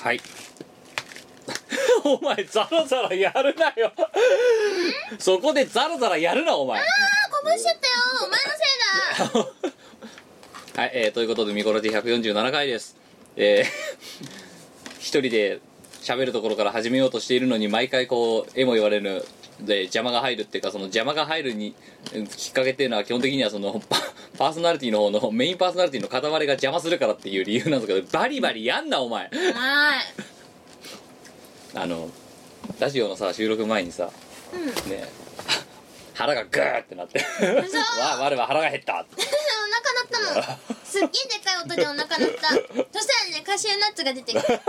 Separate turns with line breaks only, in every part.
はい お前ザラザラやるなよ そこでザラザラやるなお前
こぼしちゃったよお前のせいだ
はい、えーということで見頃で147回ですえー 一人で喋るところから始めようとしているのに毎回こう絵も言われるで邪魔が入るっていうかその邪魔が入るにうんきっかけっていうのは基本的にはそのパパーソナリティの方のメインパーソナリティの塊が邪魔するからっていう理由なんですけどバリバリやんなお前
はい
あのラジオのさ収録前にさ、
ん
ね え腹がグーってなって
嘘
「 わ我は腹が減った」って
お腹鳴ったのすっげえでかい音でお腹鳴ったそしたらねカシューナッツが出てきた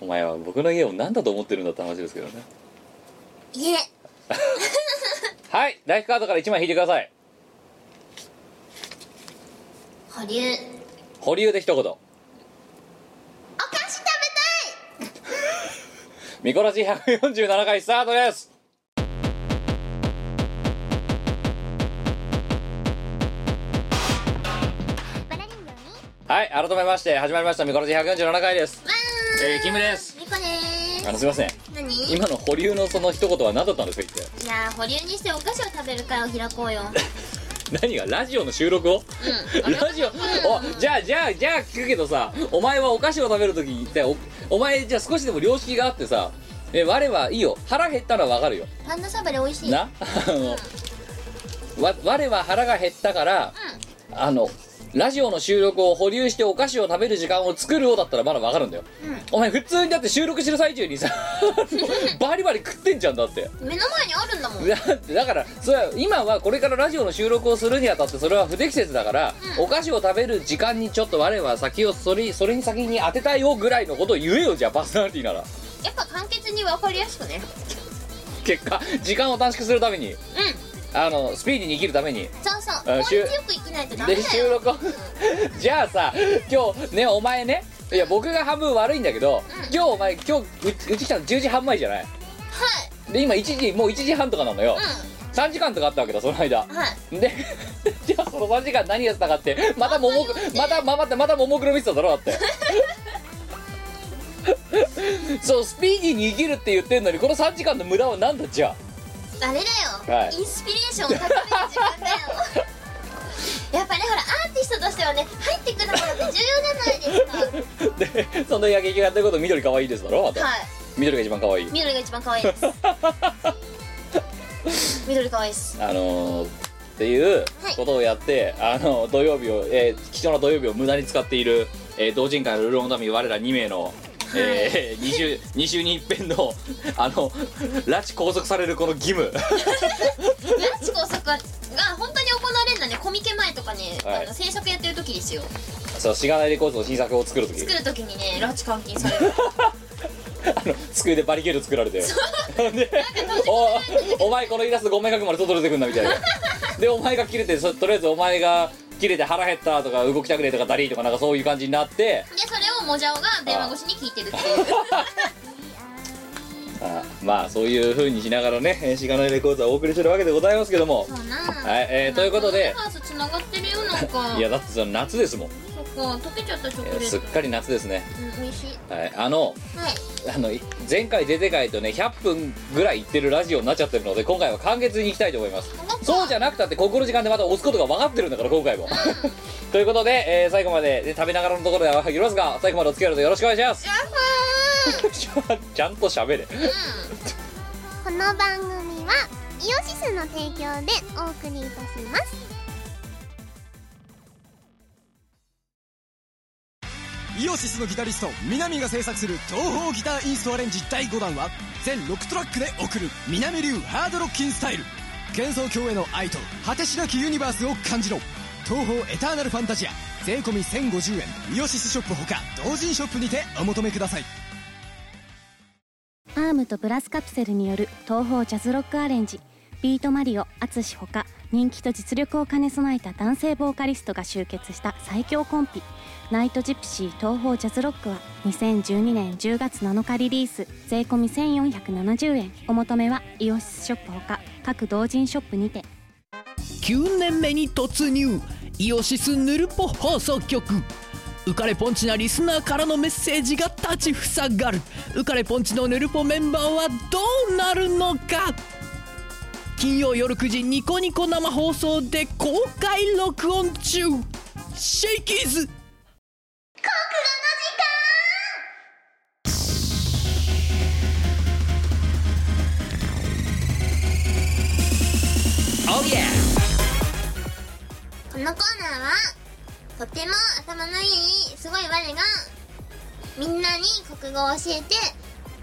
お前は僕の家を何だと思ってるんだって話ですけどね
いえ
はいライフカードから1枚引いてください
保留
保留で一言
お菓子食
見殺し147回スタートです
べたいバラ人形に
はい改めまして始まりました見殺し147回です
わー
えー、キムです
みこで
あの
ーす
すいません
何い
今の保留のその一言は何だったんですか一
やー保留にしてお菓子を食べる会を開こうよ
体何がラジオの収録を
うん
ラジオおじゃあじゃあじゃあ聞くけどさお前はお菓子を食べるときに一体おお前じゃあ少しでも良識があってさえ我はいいよ腹減ったのはわかるよ
パンダサバで美味しい
なあのわ我は腹が減ったからあのラジオの収録を保留してお菓子を食べる時間を作るようだったらまだわかるんだよ、
うん
お前普通にだって収録してる最中にさ バリバリ食ってんじゃんだって
うん目の前にあるんだもん
だって だからそれは今はこれからラジオの収録をするにあたってそれは不適切だから、
うん
お菓子を食べる時間にちょっと我は先をそれそれに先に当てたいよぐらいのことを言えよじゃあパーソナリティなら
やっぱ簡潔に分かりやすくね
結果時間を短縮するために
うん
あのスピーディーに生きるために
そうそう
あ
効率
しゅ
よく生きないとダメ
で
だ
収
よ
録を じゃあさ今日ねお前ねいや僕が半分悪いんだけど、
うん
今日お前今日うちうち来たの10時半前じゃない
はい
で今1時もう1時半とかなのよ、3時間とかあったわけだその間
うんはい
で じゃあその3時間何やってたかってまたももまたまままたももクロ見てただろだって そうスピーディーに生きるって言ってんのにこの3時間の無駄は何だじゃ
あれだよ、
はい
インスピレーションを高める時間 だよやっぱねほらアーティストとしてはね入ってくるものって重要じゃないです
あでその焼きがやってること緑可愛いですだろ また、
かはい
緑が一番可愛い
緑が一番可愛いです緑可愛いです
あのーっていうことをやって、あの土曜日を、えー貴重な土曜日を無駄に使っている、えー同人会のルーローの民我ら2名の、え ー 2, 週2週に一遍のあの拉致拘束されるこの義務
ラチ工作が本当に行われるのはねコミケ前とかね、
はい
あの制作やってる時ですよ
そうしがないレコードの新作を作るとき
作る時にねラチ監禁さ れる
机でバリケード作られてでおお前このイラスト5枚描くまで外出てくんなみたいなでお前が切れてそとりあえずお前が切れて腹減ったとか動きたくねえとかダリーとかなんかそういう感じになって
でそれをもじゃおが電話越しに聞いてるっていう
あまあそういうふうにしながらねえーしがないレコードはお送りしてるわけでございますけども
そうな
はいえーということで
ハウス繋がってるよなんか
いやだってその夏ですもん、
そっか溶けちゃったチョコ
えー
レート
すっかり夏ですね、
うん美味しい
はい、あの
はい
あのい前回出てかいとね100分ぐらい行ってるラジオになっちゃってるので今回は簡潔に行きたいと思いますそうじゃなくたってここの時間でまた押すことが分かってるんだから今 回もということで、えー最後までで食べながらのところではありますが最後までお付き合いのほどよろしくお願いします
ヤッホー
ちゃん ちゃんと喋れ
この番組はイオシスの提供でお送りいたします
イオシスのギタリスト南が制作する東方ギターインストアレンジ第5弾は全6トラックで送る南流ハードロッキンスタイル幻想郷への愛と果てしなきユニバースを感じろ東方エターナルファンタジア税込み1050円イオシスショップほか同人ショップにてお求めください
アームとブラスカプセルによる東方ジャズロックアレンジビートマリオ淳ほか人気と実力を兼ね備えた男性ボーカリストが集結した最強コンピ「ナイトジプシー東方ジャズロック」は2012年10月7日リリース税込み1470円お求めはイオシスショップほか各同人ショップにて
9年目に突入イオシスヌルポ放送局浮かれポンチなリスナーからのメッセージが立ちふさがる浮かれポンチのヌルポメンバーはどうなるのか金曜夜9時ニコニコ生放送で公開録音中シェイキーズ
このコーナーはとても頭のいいすごい我がみんなに国語を教えて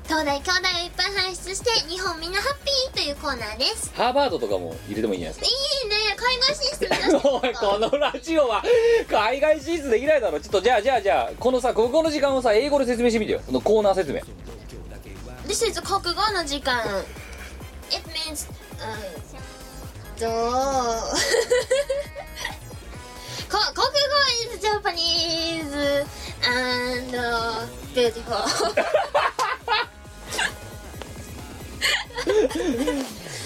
東大京大をいっぱい輩出して日本みんなハッピーというコーナーです
ハーバードとかも入れてもいいんじゃないです
いいね海外進 出目 指してる
かおいこのラジオは海外進出できないだろちょっとじゃあじゃあじゃあこのさここの時間をさ英語で説明してみてよこのコーナー説明
This is 国語の時間 It means うんどうこ国語 is Japanese and beautiful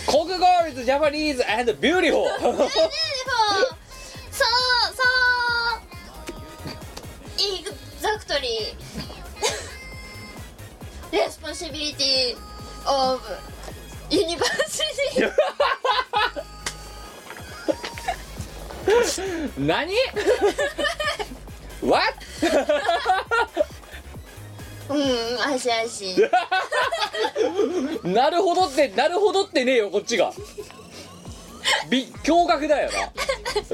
国語 is Japanese and beautiful
そうそうイグザクトリーレスポンシビリティオブユニバーシティ
何 What?
うんあしあし
なるほどってなるほどってねえよこっちがび驚愕だよ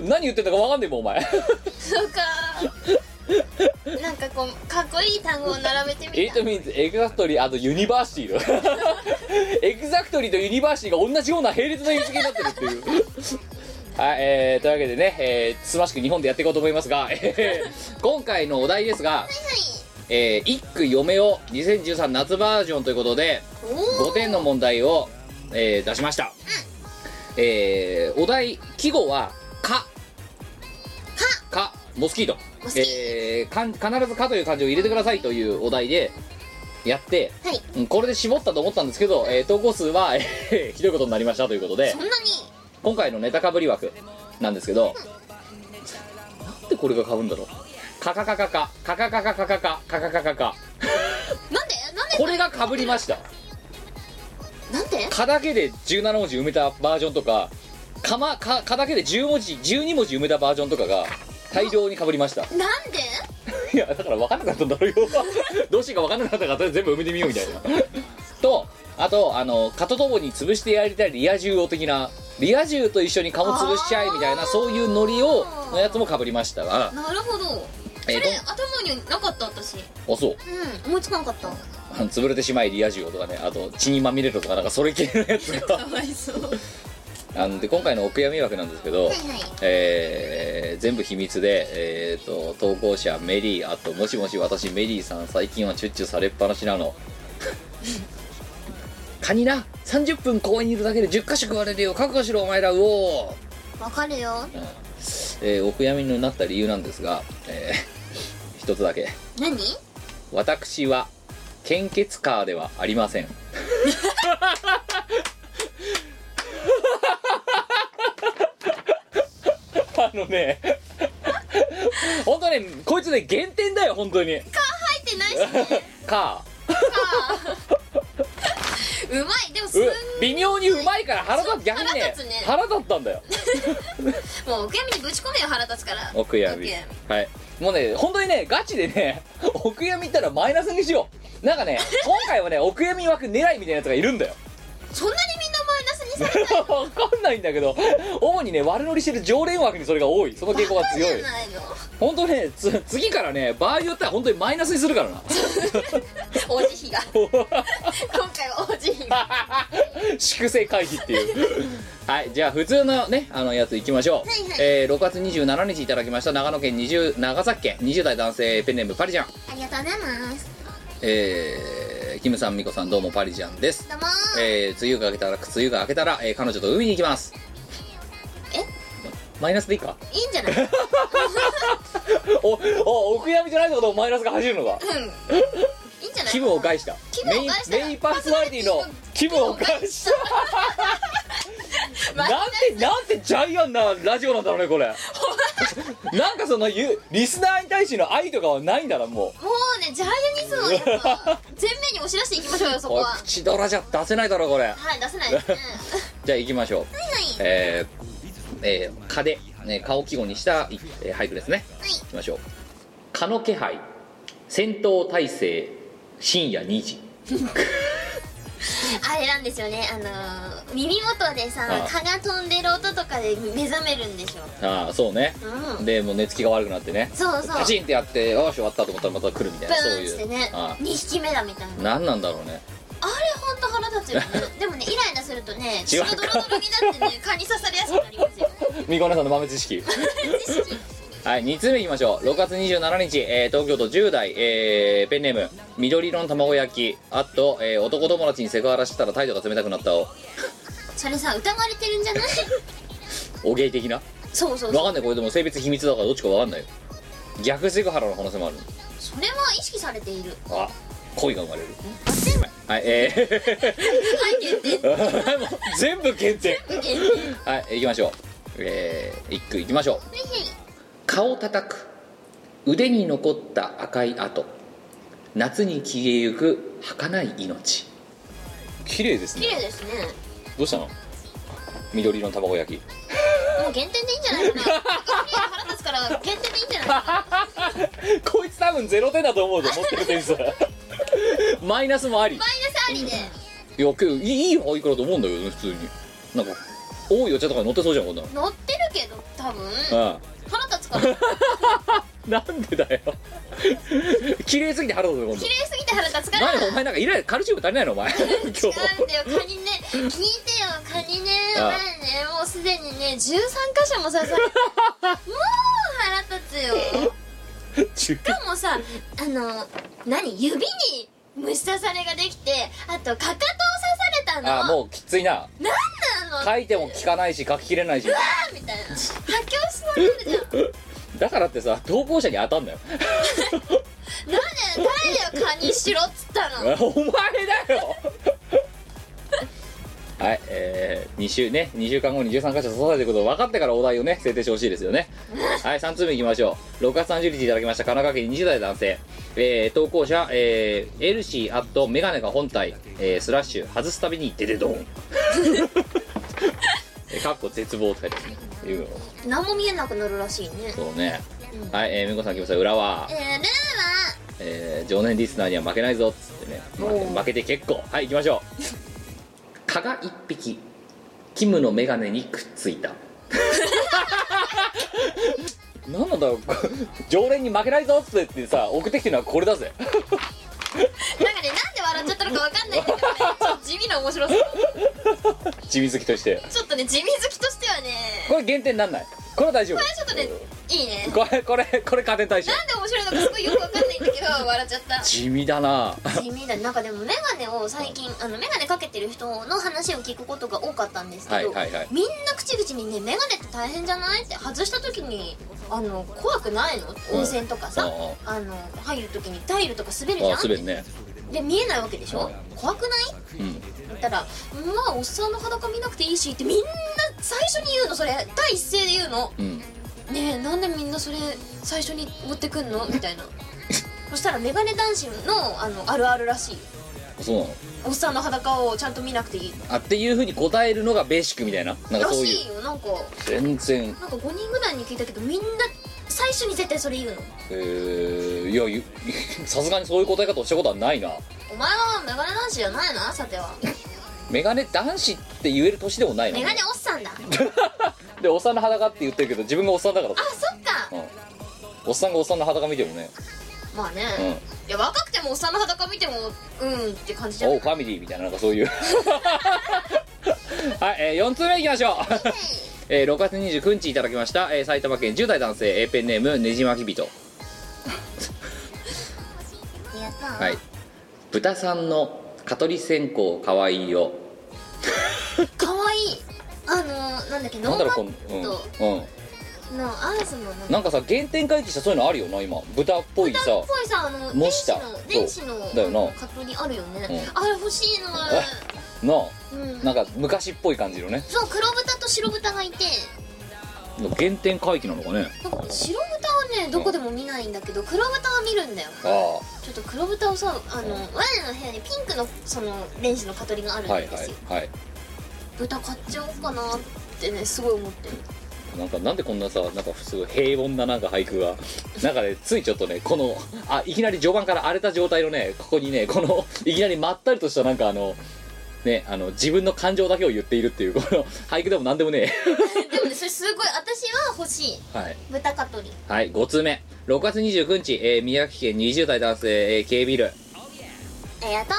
な何言ってたかわかんねえもんお前
そうかなんかこうかっこいい単語を並べてみた
It means exactly and university だ exactly と university が同じような並列の意味付けになってるっていうはい、えー、というわけでね、えー、つましく日本でやっていこうと思いますが、えー今回のお題ですが「えー、一句嫁を2013夏バージョン」ということで
お
5点の問題を、えー出しました、えーお題季語は「か」「か」モスキート
モスキート
えーかん必ず「か」という漢字を入れてくださいというお題でやって、
はい
うんこれで絞ったと思ったんですけど、えー投稿数は、えーひどい ことになりましたということで
そんなに
今回のネタかぶり枠なんですけど、なんでこれがかぶんだろうカカカカカカカカカカカカカカカカカ
なんでなんで
これがかぶりました
なんで
蚊だけで17文字埋めたバージョンとか蚊ま蚊蚊だけで10文字12文字埋めたバージョンとかが大量に被りました
なんで
いやだから分かんなかったんだ ろうよどうしていいか分かんなかったからとりあえず全部埋めてみようみたいなとあとあの蚊とともに潰してやりたいリア充を的なリア充と一緒に蚊も潰しちゃえみたいなそういうノリをのやつも被りましたが
なるほどそ
え
れ
ーど
頭になかった私
あそう
うん思いつかなかった
あの潰れてしまいリア充とかねあと血にまみれるとかなんかそれ系のやつが
かわいそうはい
あので今回のお悔やみ枠なんですけど、
はい
えー全部秘密で、えー、と投稿者メリーあともしもし私メリーさん最近はチュッチュされっぱなしなのカニな30分公園にいるだけで10か所食われるよ覚悟しろお前らうおー
わかるよ
えーお悔やみになった理由なんですが、えー一つだけ
何
私は献血カーではありませんあのね本当ねこいつね減点だよ本当に
入ってないしね
カ
うまいでもす
ー
ん
う微妙にうまいから腹立つ逆に
腹
ね
立つね
腹立ったんだよ
もうお悔やみにぶち込めよ腹立つから
お悔やみ
お悔や
はいもうね本当にねガチでねお悔やみったらマイナスにしようなんかね今回はねお悔やみ枠狙いみたいなやつがいるんだよ
そんなにみんなマイナスにされて
わかんないんだけど主にね悪乗りしてる常連枠にそれが多いその傾向が強
る
い
んじゃないの
本当ねつ次からね場合によっては本当にマイナスにするからな
王子比が 今回は王子比が
粛清回避っていうはいじゃあ普通のねあのやついきましょう、
はいはい
えー6月27日いただきました長野県20長崎県20代男性ペンネームパリジャン
ありがとうございます
えー、キムさんミコさんどうもパリジャンです
どうも
えー、梅雨が明けたら梅雨が明けたら、えー彼女と海に行きます
え
マイナスでいいか
いいんじゃない
おおお悔やみじゃないってことをマイナスが走るのか
いいんじゃない
気分を害した
気分
メ
を
イン
害した
メインパーソナリティの気分を害した なんてなんてジャイアンなラジオなんだろうねこれなんかそのゆリスナーに対しての愛とかはないんだなも
もうねジャイアニズムをやっぱ全面に押し出していきましょうよそうこ
これ
は
口ドラじゃ出せないだろこれ
はい出せない ですね
じゃあ行きましょう
はい
えー、えー、蚊で、ね、蚊を季語にした、いえー俳句ですね
はい
行きましょう蚊の気配戦闘態勢深夜2時
あれなんですよねあのー耳元でさ
ああ
蚊が飛んでる音とかで目覚めるんでしょ
ああそうね
うん
でもう寝つきが悪くなってね
そうそう
パチンってやってよーし終わったと思ったらまた来るみたい
ブ
なそう
ーンっつっ
い
て
う、
ね
あ
2匹目だみたいな
あ何なんだろうね
あれ本当腹立つよねでもねイライラするとね血
違う
がドロドロになってね蚊に刺されやすくなりますよ
みこねさんの豆知 識
知 識
はい2通目いきましょう6月27日、えー東京都10代、えーペンネーム緑色の卵焼きあと、えー男友達にセクハラしてたら態度が冷たくなったを
それさ疑われてるんじゃない
お芸的な
そうそう
わ
そう
かんないこれでも性別秘密だからどっちかわかんないよ逆セクハラの可能性もある
それは意識されている
あ恋が生まれるはいえ
はい限定
ー もう全部減点
限定
はい行きましょうえー、一句行きましょう顔叩く腕に残った赤い跡夏に消えゆく儚い命綺麗です
綺麗
ね
ですね
どうしたの緑色の卵焼き
もう限定でいいんじゃないかな綺麗腹立つから限定でいいんじゃない か
こいつ多分ゼロ点だと思うぞ持ってる点 数マイナスもあり
マイナスありで
いやけどいいいい俳句だと思うんだけどね普通になんか多いお茶とかに乗ってそうじゃんこんなの
乗ってるけど多分
あ
腹立つから
あなんでだよ 綺麗すぎて腹立つぞ今度
綺麗すぎて腹立つから
何お前なんかイライラカルシウム足りないのお前今日
違 うんだよカニね聞いてよカニね
ああ
前ねもうすでにね13箇所も 刺されもう腹立つよ
中
しかもさあの何指に虫刺されができてあとかかとを刺されたの
ああもうきついな
何なの
書いても聞かないし書ききれないし
あーみたいな発狂しそうになるじゃん
だからってさ投稿者に当たんだよ
なんで誰だよカニしろっつった
お前
の
だよはいえー、2週ね2週間後に13箇所刺されてることを分かってからお題をね制定してほしいですよねはい3通目いきましょう6月30日いただきました神奈川県20代男性えー、投稿者、えー、エルシーアットメガネが本体、えー、スラッシュ外すたびにデデドーンえかっこ絶望って書いてますねいうの
何も見えなくなるらしいね
そうねはいえー、みこさん来ました裏は
えー、ルーは
えー常年リスナーには負けないぞっつってね負け負けて結構はい行きましょう蚊が一匹キムの眼鏡にくっついた なんなんだろうこ常連に負けないぞっつってってさ送ってきてるのはこれだぜ
なんかねなんで笑っちゃったのかわかんないんだけどねちょっと地味な面白さ
地味好きとして
ちょっとね地味好きとしてはね
これ減点なんないこれは大丈夫
これちょっとねいいね
これこれこれ加点対象
なんで面白いのかすごいよくわかんないんだけど 笑っちゃった
地味だな
地味だなんかでもメガネを最近あのメガネかけてる人の話を聞くことが多かったんですけど、
はいはいはい
みんな口々にねメガネって大変じゃないって外した時にあの怖くないの温泉とかさ、
う
あの入る時にタイルとか滑るじゃ
あ
ん
滑るね
で見えないわけでしょ怖くないって
うん
言ったら「まあおっさんの裸見なくていいし」ってみんな最初に言うのそれ第一声で言うの
うん
ねえなんでみんなそれ最初に持ってくん のみたいなそしたらメガネ男子のあのあるあるらしい
そうなの
おっさんの裸をちゃんと見なくていい
あっていうふうに答えるのがベーシックみたいななん
ら
かそうい
し
う
いよなんか
全然
なんか5人ぐらいに聞いたけどみんな最初に絶対それ言うの
えー、いや ゆさすがにそういう答え方をしたことはないな
お前はメガネ男子じゃないなさ ては
メガネ男子って言える年でもないな
メガネおっ さんだあ
でおっさんの裸って言ってるけど自分がおっさんだからさ
そっか
うんおっさんがおっさんの裸見てもね
まあね、
うん
いや若くてもおっさんの裸見てもうんって感じじゃん
おうファミリーみたいななんかそう いうはい、えー、4通目いきましょう、 えー、6月29日いただきました、えー埼玉県10代男性えーペンネームねじまきびと
やったー
はい豚さんの蚊取り線香かわいいよ
かわいいあのー、なんだっけノ
なんだ
ー
ろうこ
マ
の
ット
うん、うん、
のアースのなんか
なんかさ原点回帰したそういうのあるよな今豚っぽいさ
豚っぽいさあ
模
の電
し
子
た
の電子の
そうだよな
カップにあるよね、
う
あれ欲しいの
の
うん
なんか昔っぽい感じのね
そう黒豚と白豚がいて
原点回帰なのかね
なんか白豚はねどこでも見ないんだけど黒豚は見るんだよ
あ
ちょっと黒豚をさあの我の部屋にピンクのそのレンジの蚊取りがあるん
あはい
ですよ、
はいはい
豚買っちゃおうかなってねすごい思ってる
なんかなんでこんなさなんかすごい平凡ななんか俳句がなんかねついちょっとねこのあいきなり序盤から荒れた状態のねここにねこのいきなりまったりとしたなんかあのねあの自分の感情だけを言っているっていうこの俳句でもなんでもね
でもねそれすごい私は欲しい
えはい
豚蚊取り
はい、5通目。6月29日、えー宮城県20代男性、えー、K ビル。
ありがとう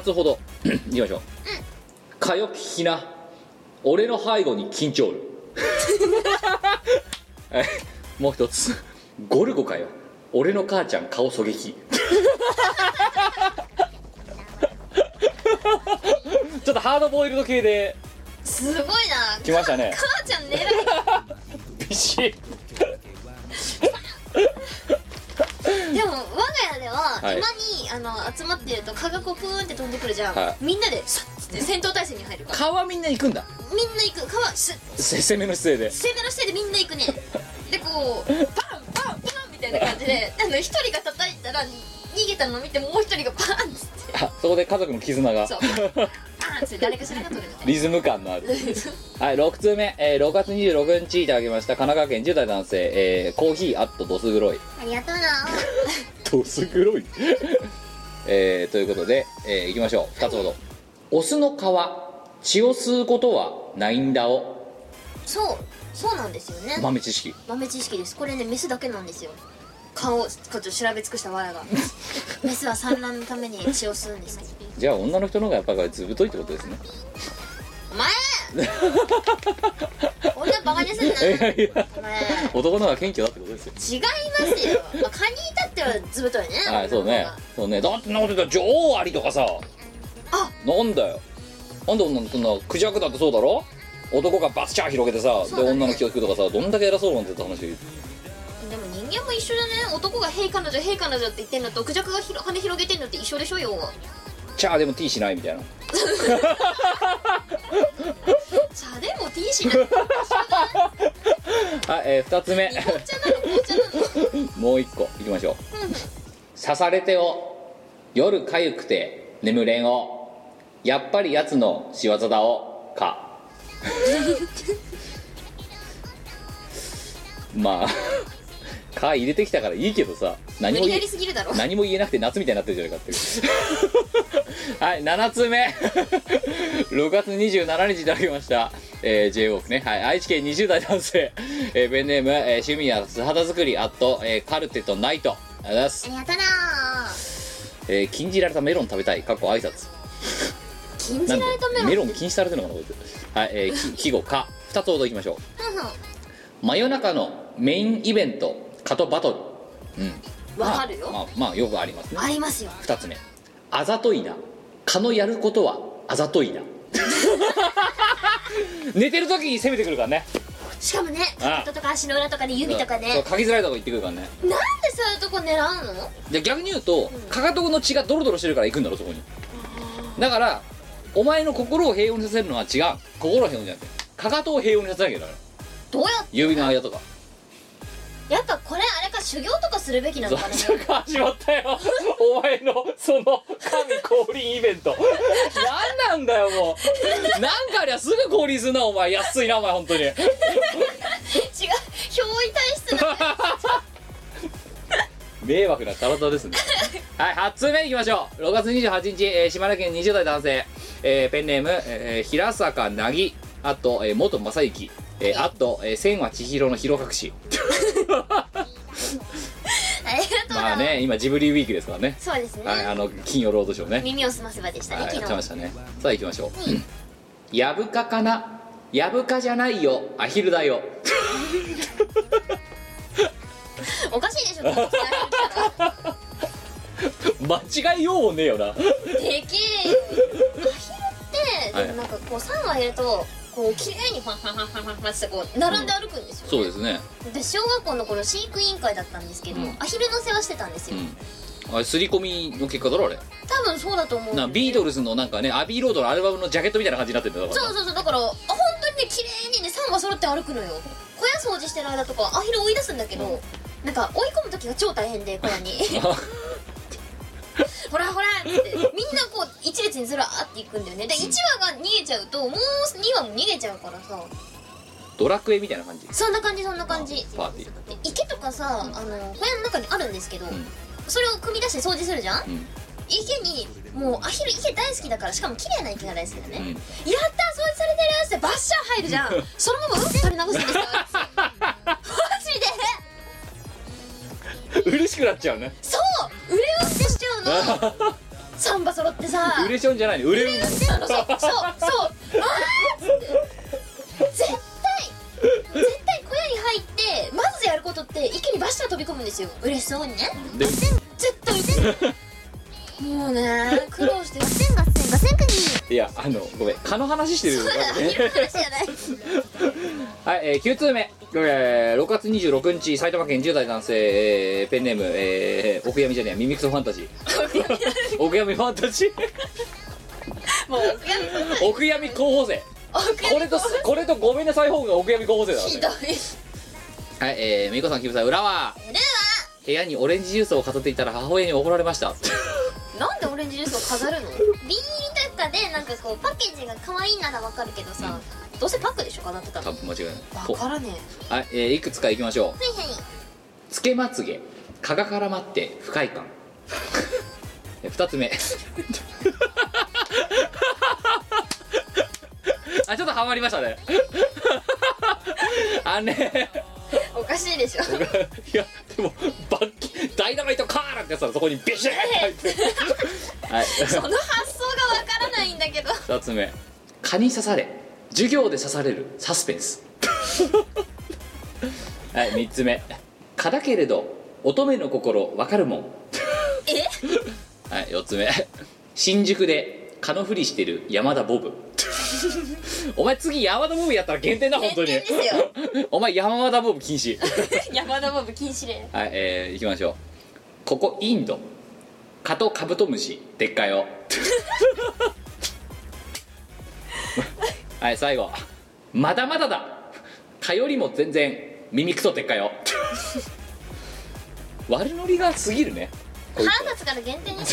2つほど。 いきましょう。かよきひな。俺の背後に緊張る。 えもう一つ。ゴルゴかよ。俺の母ちゃん顔狙 撃。ちょっとハードボイルド系です
ごいな
来ましたね。
母ちゃん狙い
ビシッ。
でも我が家ではたま
い
に、あの集まってると蚊がこうプーンって飛んでくるじゃん、
はい
みんなでサッって戦闘態勢に入るから
顔はみんな行くんだ。
みんな行く蚊はスッ
せ攻めの姿勢で。
攻めの姿勢でみんな行 くねでこうパンパンパンみたいな感 じであの一人が叩いたら逃げたのを見てもう一人がパンっつって
あそこで家族の絆が
そう。パンっつって誰かしらが取るみ たいな
リズム感のあるはい、6通目、えー6月26日いただきました神奈川県10代男性、えーコーヒーアットドス黒い
ありがとうな
ドス黒いえーということで、えーいきましょう2つほどオスの皮血を吸うことはないんだお
そうそうなんですよね、
豆知識
豆知識ですこれねメスだけなんですよ顔をちょっと調べ尽くした我 がメスは産卵のために血を吸うんです
じゃあ女の人の方がやっぱりずぶといってことですね
お前女バカにすんない
やいや
お前
男の方が謙虚だってことですよ
違いますよ、まあ、カニに至って はずぶといね
はいそうねそうねだってなんでだ女王アリとかさ
あ
なんだよなんで女のそんなクジャクだってそうだろ男がバスチャー広げてさ、
そう
で
だね
女の気をつくとかさどんだけ偉そうなんてって話
でも人間も一緒だね男が「へい彼女へい彼女」って言ってんのとクジャクがひろ羽広げてんのって一緒でしょよ
チャーでも T しないみたいな
じゃあでも T しない
はい、えー、2つ目
紅茶なの紅茶なの
もう1個いきましょう刺されてを夜かゆくて眠れんをやっぱりやつの仕業だを かまあ「か」入れてきたからいいけどさ何 も
無
言
理や
え
りすぎるだろ
何も言えなくて夏みたいになってるじゃないかっていうはい7つ目6月27日いただきました、えー、j w a l k ね、はい、愛知県20代男性、えーベンネーム、えー趣味や素肌作りアット、えーカルテとナイトありがとうございます、
やったな
えー禁じられたメロン食べたい過去挨拶
禁じられたメロン
メロン禁止されてるのかなこいつはい、えー、き季語か2つほどいきましょ
うんうん
う真夜中のメインイベント蚊とバトルうん
わかるよ
まあ、まあまあよくありますね
ありますよ
2つ目あざといな蚊のやることはあざといな 寝てる時に攻めてくるからね
しかもね
あ
かかととか足の裏とかで指とか
そう
ね
かきづらいとこ行ってくるからね
なんでそういうとこ狙うの
で逆に言うとかかとの血がドロドロしてるから行くんだろそこにだからお前の心を平穏にさせるのは違う心を平穏じゃなくてかかとを平穏にさせなきゃいけない
どうや
指の間とか
やっぱこれあれか修行とかするべきな
そ
の
う
かね
そこ始まったよお前のその神降臨イベント何なんだよもうなんかありゃすぐ降臨するなお前安いなお前本当に
違う憑依体 質な
迷惑な体です ねはい8通目いきましょう6月28日、えー島根県20代男性、えーペンネーム、えー平坂なぎあと、えー元正幸、えーあと、えー千は千尋の広隠し
ありがとうな、
まあね今ジブリウィークですからね
そうですね、
はいあの金曜ロードショーね
耳をすませばでしたね、
はいや
昨
ってま
日
したねさあ行きましょうやぶかかなやぶかじゃないよアヒルだよ
おかしいでしょこの 人
間違いようもねえよな
でけえよアヒルって、
はい
でもなんかこう3羽いるとこう綺麗にファンファンファンファンファンファンってこう並んで歩くんですよ、
そうですね
で小学校の頃飼育委員会だったんですけど、
うん
アヒルの世話してたんですよ、
うんあれ刷り込みの結果だろあれ
多分そうだと思う
なビートルズのなんかねアビーロードのアルバムのジャケットみたいな感じになってるんだから
そうそうそうだからあ本当にね綺麗にね3羽揃って歩くのよ肥や掃除してる間とかアヒル追い出すんだけど、なんか追い込む時が超大 変で小屋にほらほらっつってみんなこう一列にずらーっていくんだよねで1羽が逃げちゃうともう2羽も逃げちゃうからさ
ドラクエみたいな感じ
そんな感じそんな感じ
パーティー
で池とかさあの小屋の中にあるんですけど、
ん
それを組み出して掃除するじゃん、
うん
池にもうアヒル池大好きだからしかも綺麗な池が大好きだね、
うん
やった掃除されてるってバッシャー入る じゃんそのままうんこ垂れ流すんですよ私マジで
嬉しくなっちゃうね
そう売れ運転しちゃうの サンバ揃ってさ
売れちゃうんじゃないの売れる
売れ運転なのそうそうそうあーっつって絶対絶対小屋に入ってまずやることって池にバッシャー飛び込むんですよ嬉しそうにね
で
絶対もうね苦労してる
千合千五千国
いやあのごめん蚊の話してるよ
アヒルの話じゃない
はい、えー、9通目、えー、6月26日埼玉県10代男性、えー、ペンネーム、えー、奥闇じゃねえミミクソファンタジー奥闇ファンタ ジー
もう奥闇さんは
奥闇候補生
奥
これとすこれとごめんなさい方が奥闇候補生だ
ひ
か
ど
ら
い
ねはいえー、みこさんきむさん裏は
ルー
部屋にオレンジジュースを飾っていたら母親に怒られました
はなんでオレンジジュースを飾るのビールとかでなんかこうパッケージが可愛いならわかるけどさ、どうせパックでしょ飾ってた
多
の
分間違いない
わ
ほ
からね
はい、えー、いくつかいきましょう
えはいはい
つけまつげ蚊が絡まって不快感え二つ目あちょっとハマりましたねあね
おかしいでしょ
いやでもバッキダイナマイトカーラってやったらそこにビシューって入って はい
その発想がわからないんだけど
二つ目蚊に刺され授業で刺されるサスペンス はい三つ目蚊だけれど乙女の心わかるもん
え
はい、4つ目新宿で蚊のふりしてる山田ボ ブお前次山田ボブやったら減点だ本当に
減点ですよ
お前山田ボブ禁止
山田ボブ禁止令
はいえー、いきましょうここインド蚊とカブトムシでっかよ はい最後まだまだだ蚊よりも全然耳くそでっかよ 悪ノリが過ぎるねこいつは
腹立つから限定にし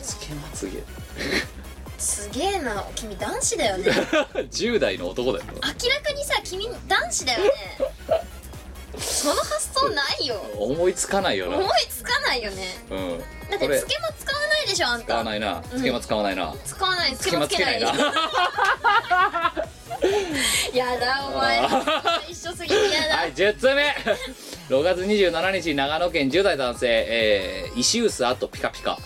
つけまつ げ
すげえな君男子だよね
10代の男だよ
明らかにさ君男子だよねその発想ないよ
思いつかないよな
思いつかないよね
うん
だっ
こ
て
れ
つけま使わないでしょあん
使わ
た
ないなつけま使わないな、
使わないつ
つ
け
け
ま
ま
つ
つけ
けな
ないいな
やだお前
あ
一緒すぎてやだ、
はい10つ目 6月27日長野県10代男性、えー、石臼あとピカピカ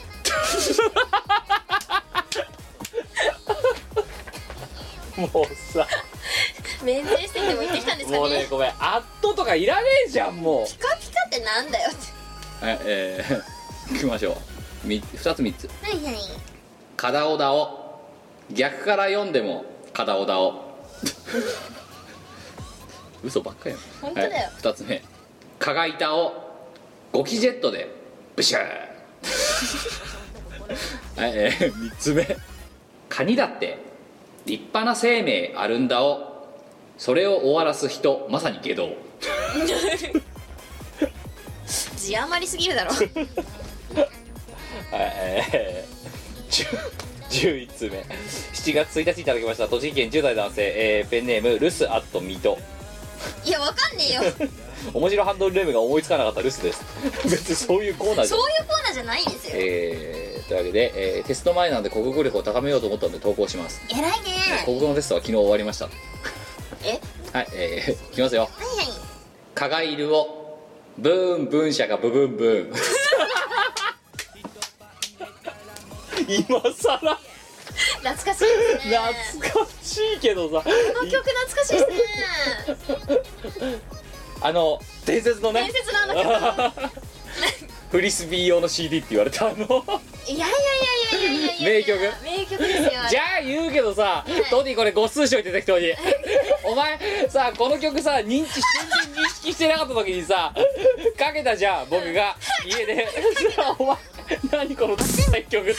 もうさ
免税してでも行ってきたんですか
もう
ね
ねごめん「あっと」とかいらねえじゃんも
ピカピカってなんだよって
うはいえー、い きましょうみ2つ3つ
はいはい
片尾だを逆から読んでも片尾だを 嘘ばっかりやな
本当だよ
はい、2つ目加賀板をゴキジェットでブ シューはい、えー、3つ目カニだって立派な生命あるんだをそれを終わらす人まさに下道
字余りすぎるだろ
はい、えー、10 11通目7月1日いただきました栃木県10代男性、えーペンネームルスアットミト
いやわかんねえよ
面白ハンドルネームが思いつかなかった留守です 別にそういうコーナーじ
そ
ゃ
う
ない
いうコーナーじゃないですよ
えー、というわけで、えーテスト前なんで国語力を高めようと思ったので投稿します
偉いね
国語のテストは昨日終わりました
えは
は
い
いえー、いきますよ
はい
「加賀犬をブーンブン社がブブンブ ン」今さら
懐かしいですね
懐かしいけどさ
この曲懐かしいですね
あの伝説のね
伝説のあの曲
フリスビー用の CD って言われたあの
いやいやいやいやいやいやいや名曲ですよあれ
じゃあ言うけどさ、トディこれご数賞いただき人に お前さこの曲さ認知全然認識してなかった時にさかけたじゃん僕が家で そしたらお前何この小さい 曲って
め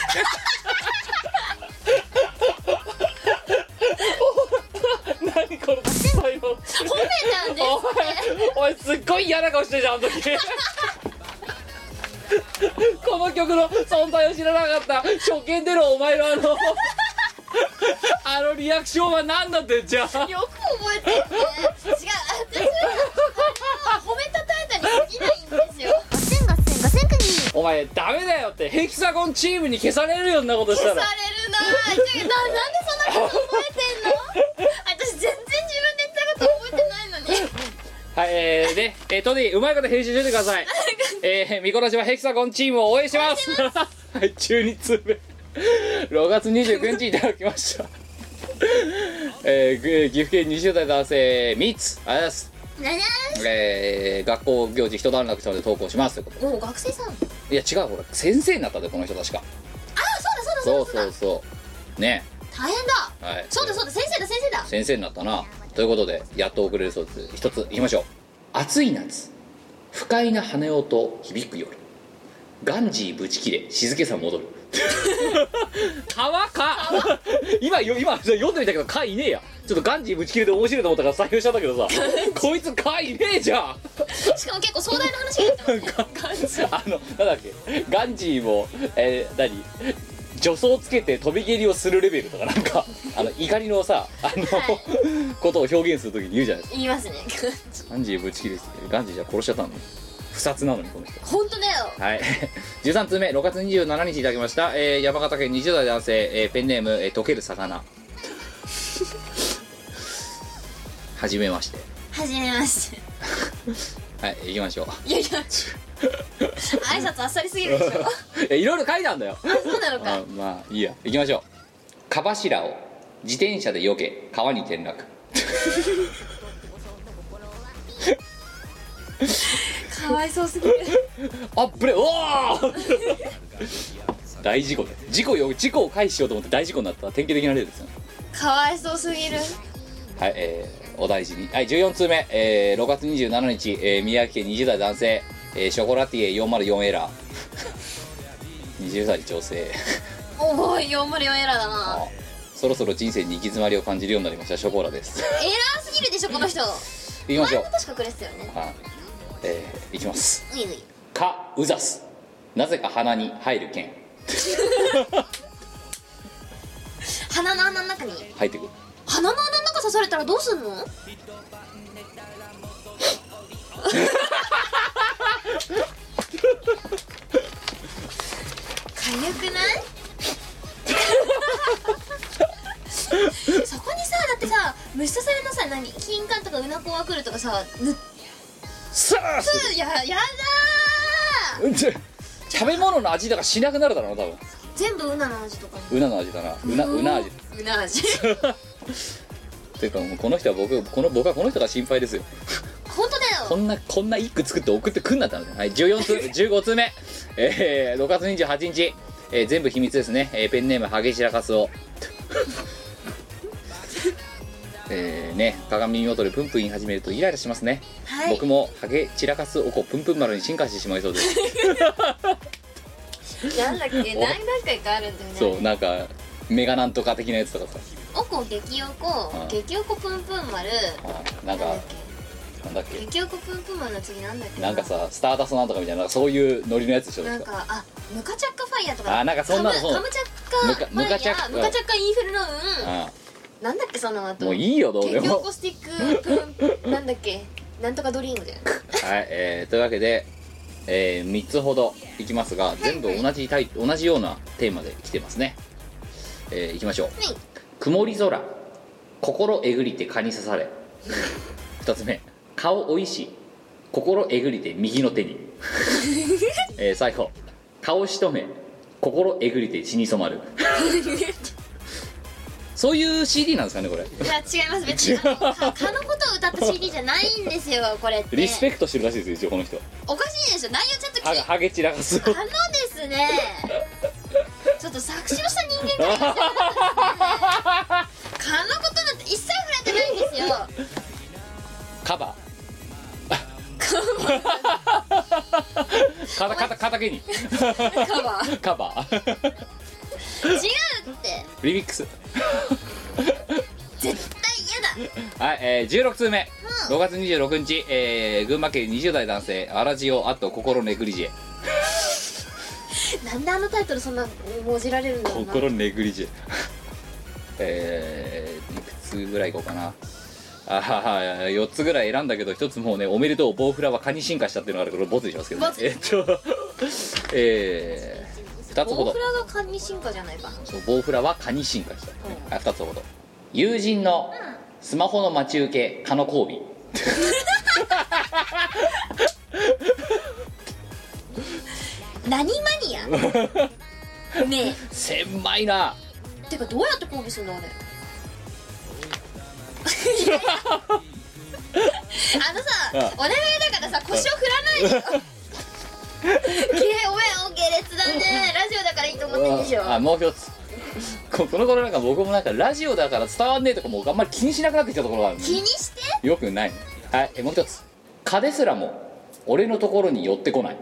たんです
お前おいすっごい嫌な顔してたじゃんあの時この曲の存在を知らなかった初見でのお前のあのあのリアクションは何だってじゃあ
よく覚えてるね違う私は褒めたたえたりできないんですよ
ガセンガセンガセンクニー
お前ダメだよってヘキサゴンチームに消されるようなことした
される
ら
なぁてかななんでそんなこと覚えてんの私全然自分で言ったこと覚えてないのに
はいえー、で、えー、トディうまいこと編集しててくださいえー、見殺しはヘキサゴンチームを応援しますはい中2通目6月29日いただきましたえーぐえー、岐阜県20代男性ミつありがとうございます
なに
えー、学校行事一段落したので投稿しますというこ
ゃーもう学生さんあそう
といや違うほら先生になったでこの人確か
だそう
そ
だそうだ
うそうそうね
大変だ
はい
そうだそうだ先生だ先生だ
先生になったなということでやっと遅れるそうです一ついきましょう暑い夏不快な羽音響く夜ガンジーぶち切れ静けさ戻る川か今よ今読んでみたけどかいねえやちょっとガンジーぶち切れで面白いと思ったから採用したんだけどさ こいつかいねえじゃん
しかも結構壮大な話が出てますね
あのなんだっけガンジーも、えー、何助走つけて飛び蹴りをするレベルとかなんかあの怒りのさあの、ことを表現するときに言うじゃないです
言いますね
かガンジーぶち切りすガンジーじゃ殺しちゃったの不殺なのにこの人
本当だよ
はい 13通目6月27日いただきました、えー山形県20代男性、えーペンネーム、えー溶ける魚はじめまして
はじめまして
はい行きましょう
いやいや挨拶あっさりすぎるでしょ
えいろいろ書いたんだよ
そうなのか
あまあいいや行きましょう蚊柱を自転車で避け川に転落
かわいそうすぎる
あっぶれうわー 大事故で事故よ事故を回避しようと思って大事故になった典型的な例ですよね
かわいそうすぎる
はいえー、お大事にはい14通目、えー、6月27日、えー宮城県20代男性、えーショコラティエ404エラー 20歳女性
おおい404エラーだな
あそろそろ人生に行き詰まりを感じるようになりましたショコラです
エラーすぎるでしょこの人
行きましょう
前も確かくれてたよね
はいえー、いきます
ういうい
かうざすなぜか鼻に入る剣
鼻の穴の中に
入ってくる
鼻の穴の中刺されたらどうす んのかゆくない そこにさだってさ虫刺されのさ何金管とかうなこが来るとかさ塗っ
さあす
つややだー
るうんち食べ物の味だからしなくなるだろうな多分
全部うなの味とか
うなの味だなうなうな味
うな味
ていうかもうこの人は僕この僕はこの人が心配ですよ
本当だ
こ
よ
んなこんな一句作って送ってくんなったのねはい14通 15通目えー、6月28日、えー全部秘密ですね、えーペンネームハゲシラカスオ えーね鏡見事でプンプン言い始めるとイライラしますね
はい
僕もハゲ散らかすおこぷんぷん丸に進化してしまいそうです
なんだっけ
お
何段階かあるんだよね
そうなんかメガなんとか的なやつとかさ
おこ激おこ
うん
激おこぷんぷん丸
あなん
なん
か
だっ
なんだっ
け
け
激おこぷんぷん丸の次なんだっけ
なんかさスターダストなんとかみたいななんかそういうノリのやつでしょ
なん
確か
かあムカチャッカファイヤーとか
あなんかそんなの
カム
そう
カムチャッカ
ムカムカチャッ
フ
カ
ァイヤームカチャッカインフルノウン
あ
なんだっけその後
もういいよどうで
激お
も
こスティックぷんなんだっけなんとかドリームだ よ
はい、えーというわけで、え3つほどいきますが全部同じタイ同じようなテーマで来てますね、えーいきましょう
はい
曇り空心えぐりて蚊に刺され二つ目顔おいし心えぐりて右の手 に、えー最後顔しとめ心えぐりて血に染 まるそういう CD なんですかねこれ
いや違います別にあのか蚊のことを歌った CD じゃないんですよこれって
リスペクトしてるらしいですよ一応この人
おかしいでしょ内容ちょっと聞い
ハゲハゲ散らかす
あのですねちょっと作詞をした人間から蚊のことなんて一切触れてないんですよ
カバーカバー片片手に
カバー
カバー
違うって
リミックス
絶対嫌だ
はい、えー、16通目、 6月26日、えー群馬県20代男性アラジオあと心ネグリジェ
なんであのタイトルそんなもじられるんだろうな
心ネグリジェ えーいくつぐらい行こうかなあはは4つぐらい選んだけど1つもうね「おめでとうボウフラは蚊に進化した」っていうのがあるからボツにしますけど、ね
ボ、ツ
えっと えー、2つほ
ボウ
ど
フラが蚊に進化じゃないかな
そうボウフラは蚊に進化した、ねあ2つほど友人のスマホの待ち受け蚊の交尾
何 マニアね
狭いな
えてかどうやって交尾するの あれあのさ
あ
お願いだからさ腰を振ら ないでよげお前お下劣だねラジオだからいいと思ってんでしょ
あもう一つこ この頃なんか僕もなんかラジオだから伝わんねえとかもうあんまり気にしなくなってきたところがあるの
気にして
よくないはいえもう一つ蚊ですらも俺のところに寄ってこない、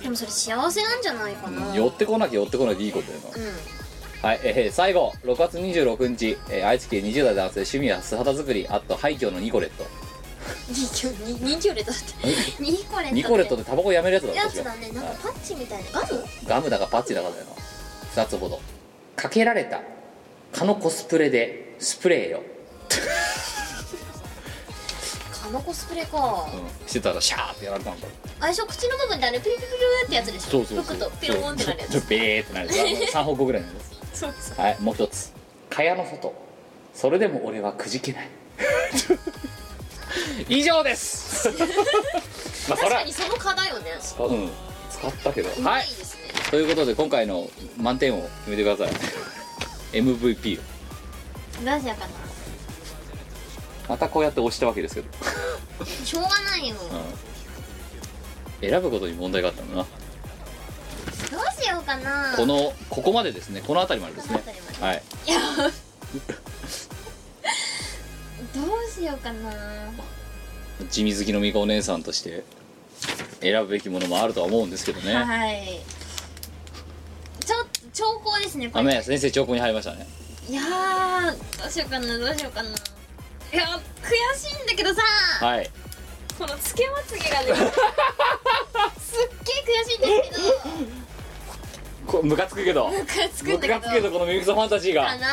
でもそれ幸せなんじゃないかな、
寄ってこなきゃ寄ってこないでいいことだよな
うん
はい、えー最後6月26日、えー愛知県20代男性趣味は素肌作りあと廃墟のニコレット
人気に人気レットだってニコレットって
ニコレットでタバコやめるやつだ
や
私
つ
は
だねなんかパッチみたいなガム
ガムだかパッチだかだよな2つほどかけられた蚊のコスプレでスプレーよ、
蚊のコスプレか
うん、してたらシャーってやられたんだ
あれでしょ口の部分であれピルピルピルってやつでしょ吹くとピローンってなるや
ちょ
つ
っとベーってなる やつ3方向ぐらいのや
そうそう
つはいもう一つ蚊帳の外それでも俺はくじけない 以上です まあそ
確
れは
かにその蚊だよね
うん使ったけど
う
は
ま
い
いですね
ということで今回の満点を決めてください MVP を
ラジオかな
またこうやって押したわけですけど、
しょうがないよ
うん選ぶことに問題があったんだな
どうしようかな
このここまでですねこの辺りまでですね
この辺りま
はい
いやどうしようかな
地味好きのみこお姉さんとして選ぶべきものもあるとは思うんですけどね、
はいちょっと兆候ですねこ
あ
れ
めや先生兆候に入りましたね
いやーどうしようかなどうしようかないや悔しいんだけどさ、
はい
このつけまつげが ねすっげえ悔しいんです
こムカつくけど
けどつく
ム
んだ
カつ
けど
くけどこのミルクソファンタジー
か
が
な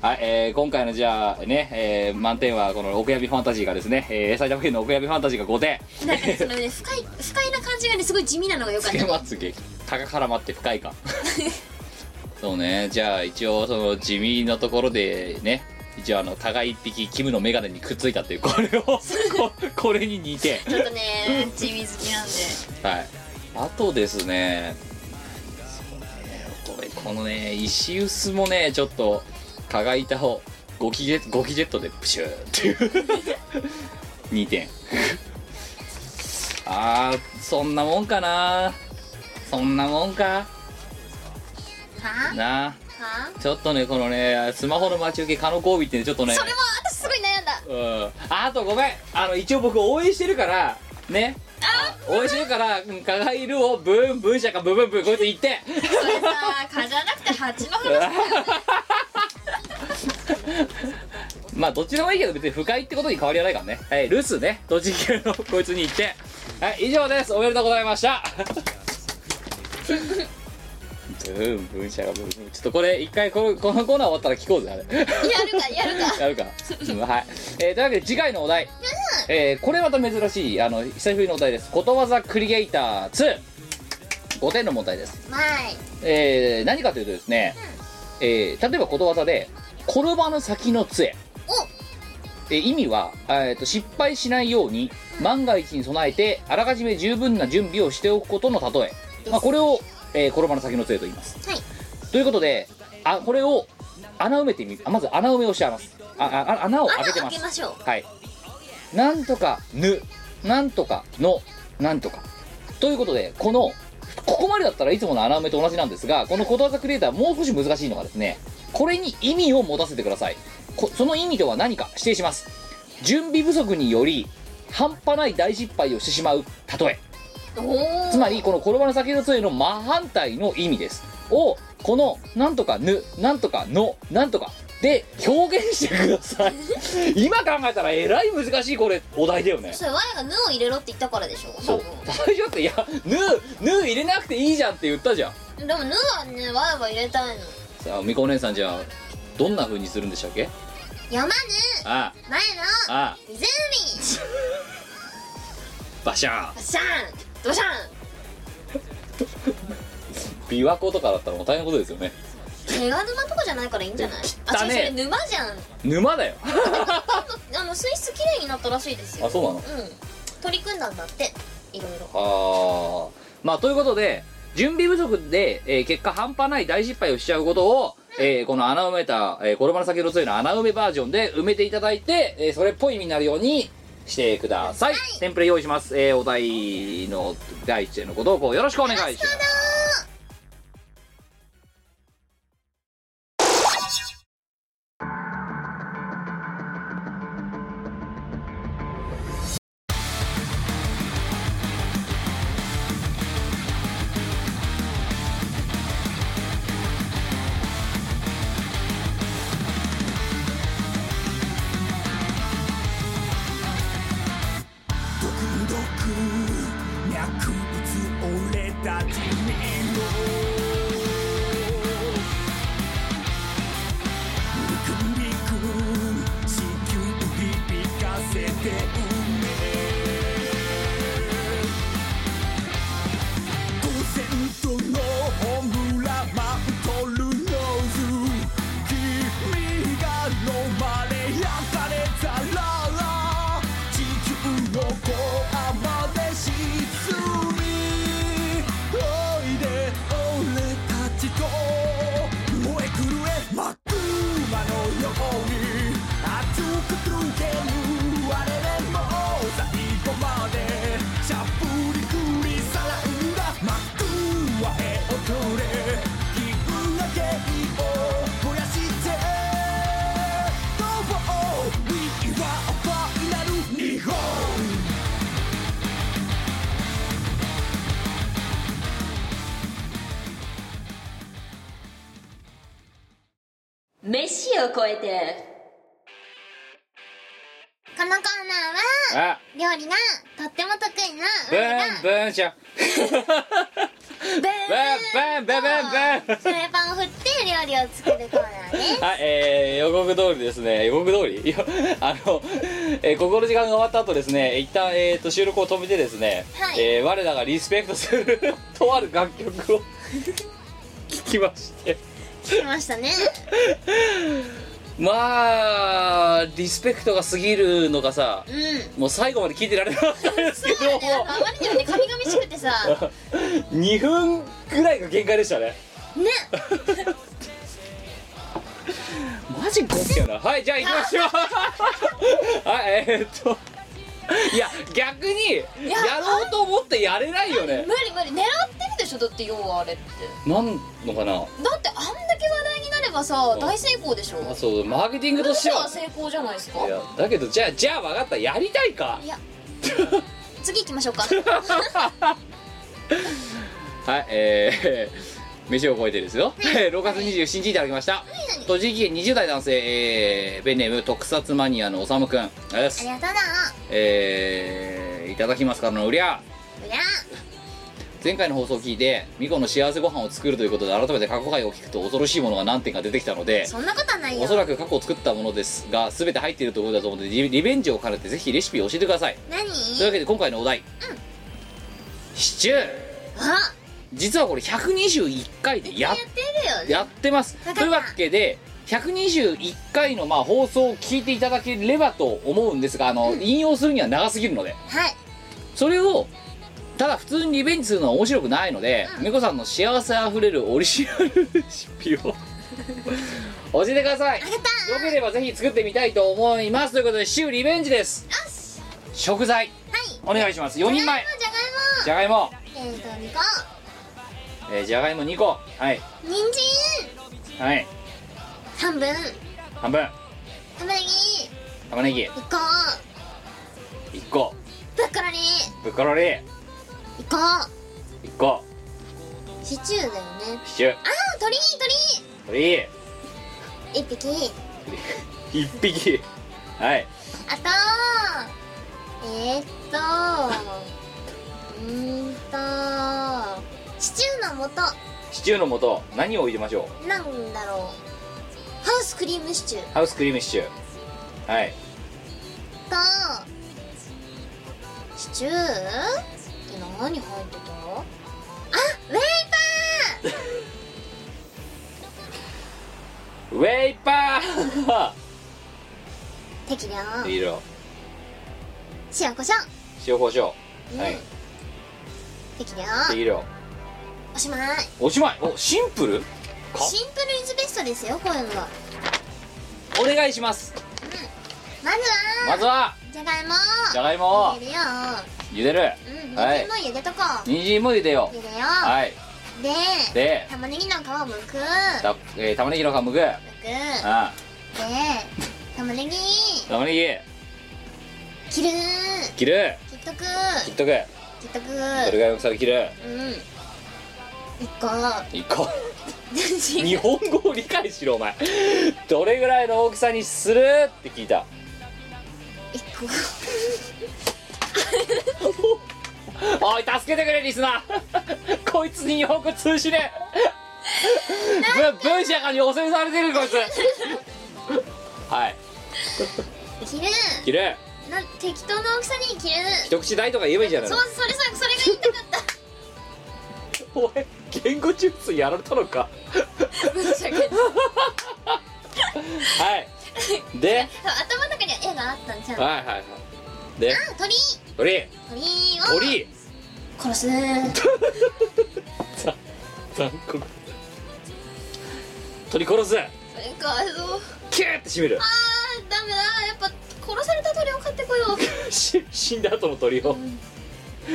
はい、えー今回のじゃあね、えー満点はこの奥やびファンタジーがですね、えー埼玉県の奥やびファンタジーが5点
ーなんかねそ のね不快不快な感じがねすごい地味なのが良か
つ
っ
け
た
まつげ高からまって深いかそうねじゃあ一応その地味のところでね一応あの互い一匹キムのメガネにくっついたっていうこ れをここれに似て
ちょっとね地味好きなんで
はいあとですねそうねこれこのね石臼もねちょっと蚊が板をゴキゲゴキジェットでプシューっていう 2点あーそんなもんかなそんなもんか
は
なあ
あはあ
ちょっとねこのねスマホの待ち受け蚊の交尾ってねちょっとね
それも私すごい悩んだ
うんああとごめんあの一応僕応援してるからね応援してるからうん蚊がいるをブーンブンシャカブブンブンこいつ言って
それさ蚊じゃなくて蜂の話
まあどっちでもいいけど別に不快ってことに変わりはないからねはい留守ね栃木県のこいつに行ってはい以上ですおめでとうございましたブーンブンシャカブンブンちょっとこれ一回このこのコーナー終わったら聞こうぜあれ
やるかやるか
やるか、うんはい、えーというわけで次回のお題、えーこれまた珍しいあの久しぶりのお題ですことわざクリエイター25点の問題です、
はい
えー何かというとですね、えー例えばことわざで「転ばぬ先の杖」えー意味は、えーと失敗しないように万が一に備えてあらかじめ十分な準備をしておくことの例え、まあ、これを、えー転ばぬ先の杖と言います
はい
ということであこれを穴埋めてみまず穴埋めをしちゃいますああ穴を開けてま
穴開け
す
ましょう
はいなんとかぬなんとかのなんとかということでこのここまでだったらいつもの穴埋めと同じなんですがこのことわざクリエイターもう少し難しいのがですねこれに意味を持たせてくださいこその意味とは何か指定します準備不足により半端ない大失敗をしてしまう例え
おお
つまりこの転ばぬ先の杖の真反対の意味ですをこのなんとかぬなんとかのなんとかで表現してください今考えたらえらい難しいこれお題だよね
それ我が「ぬ」を入れろって言ったからでしょ
そう最初っていや「ぬ」「ぬ」入れなくていいじゃんって言ったじゃん
多分でも「ぬ」はね我が入れたいの
さあみこお姉さんじゃあどんな風にするんでしたっけ
読まぬ
あ
前
あ
の
ああ
湖
バシャーン
バシャンドシャン
琵琶湖とかだったらもう大変なことですよね
手が沼とかじゃないからいいんじゃな
汚
いあ違うそ
ねえ
れ沼じゃん
沼だよ
今度あの水質きれいになったらしいですよ
あそうなの
うん取り組んだんだっていろいろ
ああまあということで準備不足で、えー結果半端ない大失敗をしちゃうことを、えーこの穴埋めた「えー、転ばぬ先の杖」の穴埋めバージョンで埋めていただいて、えーそれっぽい意味になるようにしてください、テンプレ用意します、えーお題の第一へのご投稿よろしくお願いします
薬物俺たちにもぬくぬく地球響かせて埋めゴセントのホームランマントルノーズ君が飲まれ焼かれたら地球のコアまで沈みおいで俺たちと燃え狂えマグマのように熱く続けるあれでも最後までしゃぶりくりさらうんだマグマへ踊れ気分が芸を燃やしてどう We are ファイナル日本
飯を超えて
このコーナーは
あ
料理がとっても得意な
ブ
我が
ンブンしゃブ
ブン
ンブンブンブン
フライパンを振って料理を作るコーナーね
はい、えー、予告通りですね予告通りい やあの、えー、ここの時間が終わった後ですね一旦、えー、と収録を止めてですね、
はい
えー我らがリスペクトする とある楽曲を 聴きまして
聞きましたね
まあリスペクトが過ぎるのがさ
うんそ
もう最後まで聞いてられなかったんですけど
うだよねあまりにもね神々しくてさ
2分ぐらいが限界でしたね
ね
マジゴキやなはいじゃあ行きましょう はいえー、っといや逆に
や
やろうと思ってやれないよね
無理無理狙ってるでしょだって要はあれって
なんのかな
だってあんだけ話題になればさ大成功でしょ
あそうマーケティングとして
私は
は
成功じゃないですか
いやだけどじゃあじゃあ分かったやりたいか
いや次行きましょうか
はいえー、飯を超えてですよ6月27日いただきました栃木県20代男性、えー、ベネーム特撮マニアのおさむくんありがとうございます
ありがとう
えー、いただきますからのうりゃ
だうりゃ
前回の放送を聞いてミコの幸せご飯を作るということで改めて過去回を聞くと恐ろしいものが何点か出てきたので
そんなことはないよ
おそらく過去を作ったものですが全て入っているところだと思うのでリリベンジを兼ねてぜひレシピを教えてください
何
というわけで今回のお題、シチュー
あ
実はこれ121回でや
や
っ
ってるよね
やってます
わかった
というわけで121回のまあ放送を聞いていただければと思うんですがあの、引用するには長すぎるので
はい
それをただ普通にリベンジするのは面白くないので、みこさんの幸せあふれるオリジナルレシピを教えてくださいよ
あげた
ければぜひ作ってみたいと思いますということで週リベンジです
よし
食材
はい
お願いします4人
じゃが
前
いもじゃ
じゃがいも
がいもえっと2個
えーじゃがいも2個はい
人参
はい
半分
半分
玉ねぎ
玉ねぎ
1個
1個
ブロッコロリ
ぶっころり1
ー1
個
個シチューだよね
シチュー
ああ鳥鳥
これいい
1匹
一匹はい
あとえー、っとうーんとシチューの素
シチューの素何を入れましょ
なんだろうハウスクリームシチュー
うハウスクリームシチューはい
とシチューって何入ってたあウェイパー
ウェイパー
適量
いい色
塩コショウ
塩コショウはい
適量
適量
おしまい
おしまいおシンプルか
シンプルイズベストですよこういうのは
お願いします
まずは
まずは
じゃがいも
じゃがいもを
入れるよ
茹でる
うん
は
人
い
参も茹でとこう
人参も茹でよ
茹でよ
うはい
で
で
玉ねぎの皮を剥く剥く
た、えー、玉ねぎの皮むく
で
あ
玉ねぎ
玉ねぎ
切る
切る
切っとく
切っとく
切っとく
どれぐらいの大きさで切る
うん一個
一個 日本語を理解しろお前どれぐらいの大きさにするって聞いた
一個
おい助けてくれリスナー こいつに日本語通じね えぶ文社がに汚染されてるこいつはい
切る
切る
な適当な大きさに切る
一口大とか言えばいいじゃない
そ
の
うそれそれそれが言いたかった
お前言語中枢やられたのかはいで
頭の中には絵があったんじゃんあ
はいはいはいで
鳥
鳥
鳥を
鳥
殺す
ざ残酷鳥殺す
それかそう
キューって締める
あーダメだやっぱ殺された鳥を買ってこよう
し死んだ後の鳥を、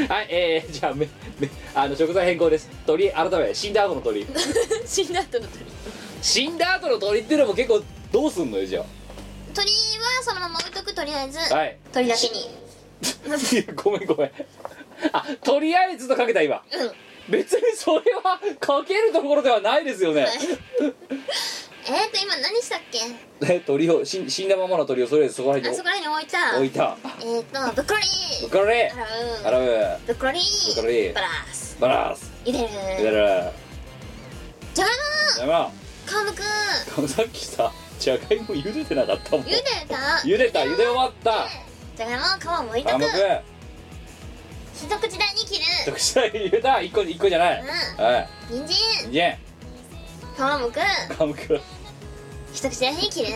はいえー、じゃあめめあの食材変更です鳥改め死んだ後の鳥
死んだ後の鳥
死んだ後の鳥っていうのも結構どうすんのよじゃ
鳥はそのまま置いとくとりあえず、
あはい
鳥だけ に
いやごめんごめんあとりあえずとかけた今
うん
別にそれはかけるところではないですよね
いえっ、ー、と今何したっけあ
ね鳥を死ん死んだままの鳥をそれそこら辺に
そこら辺に置いた
置いた
えっ、ー、とブッコ
ぶ
リ
っ
ー
かられ
洗
あら
う
ぶ
ブッコリ
ブッコリー
ーバラース
バランス
茹で
だ
る
から
じゃがい
やま
も皮むく
あさっきさじゃがいも茹でてなかったもん
茹でた
茹でた茹で終わった
じゃがいもを皮を剥いと
あ
く
むく
一口大に切る
特殊な 茹でた一個一個じゃないはい
人参
人間
皮を剥く
あむく
一口大に切る